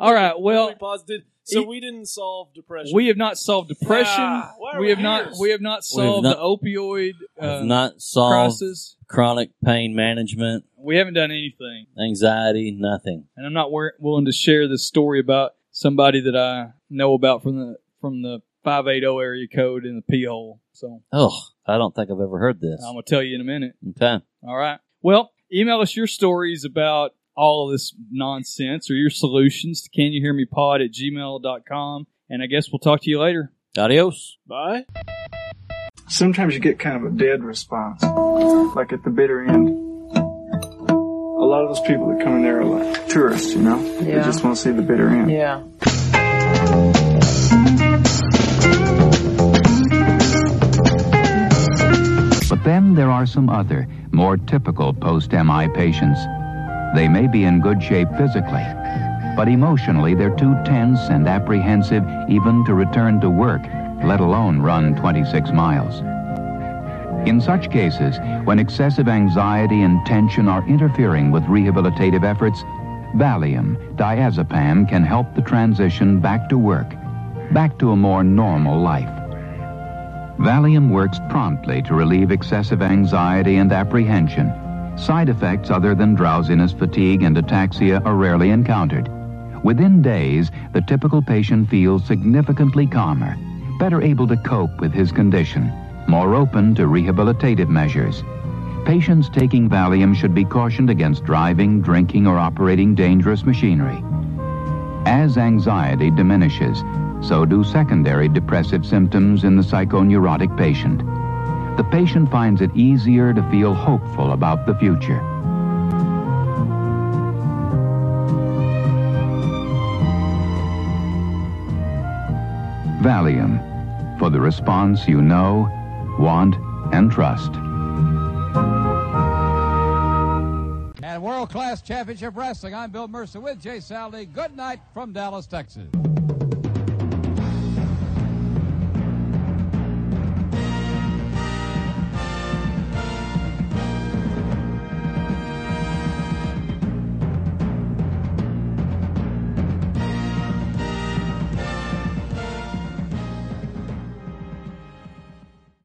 Speaker 12: All right. Well,
Speaker 11: We paused it. So we didn't solve depression.
Speaker 12: we have not solved depression.
Speaker 11: Ah, why are
Speaker 12: we
Speaker 11: we
Speaker 12: have not.
Speaker 11: here?
Speaker 12: We have not
Speaker 10: We have
Speaker 12: solved
Speaker 10: not-
Speaker 12: the opioid. Uh,
Speaker 10: I've not solved
Speaker 12: crisis.
Speaker 10: chronic pain management,
Speaker 12: we haven't done anything,
Speaker 10: anxiety, nothing.
Speaker 12: and I'm not wer- willing to share this story about somebody that I know about from the from the 580 area code in the P hole. So
Speaker 10: Oh, I don't think I've ever heard this.
Speaker 12: I'm gonna tell you in a minute.
Speaker 10: Okay.
Speaker 12: All right. Well, email us your stories about all of this nonsense or your solutions to can you hear me pod at gmail.com. And I guess we'll talk to you later.
Speaker 10: Adios.
Speaker 11: Bye.
Speaker 14: Sometimes you get kind of a dead response, like at the bitter end. A lot of those people that come in there are like tourists, you know? They
Speaker 15: Yeah.
Speaker 14: just want to see the bitter end.
Speaker 15: Yeah.
Speaker 4: But then there are some other, more typical post MI patients. They may be in good shape physically, but emotionally they're too tense and apprehensive even to return to work, let alone run 26 miles. In such cases, when excessive anxiety and tension are interfering with rehabilitative efforts, Valium, diazepam can help the transition back to work, back to a more normal life. Valium works promptly to relieve excessive anxiety and apprehension. Side effects other than drowsiness, fatigue, and ataxia are rarely encountered. Within days, the typical patient feels significantly calmer, better able to cope with his condition, more open to rehabilitative measures. Patients taking Valium should be cautioned against driving, drinking, or operating dangerous machinery. As anxiety diminishes, so do secondary depressive symptoms in the psychoneurotic patient. The patient finds it easier to feel hopeful about the future. Valium for the response you know, want, and trust.
Speaker 2: And World Class Championship Wrestling, I'm Bill Mercer with Jay Saldi. Good night from Dallas, Texas.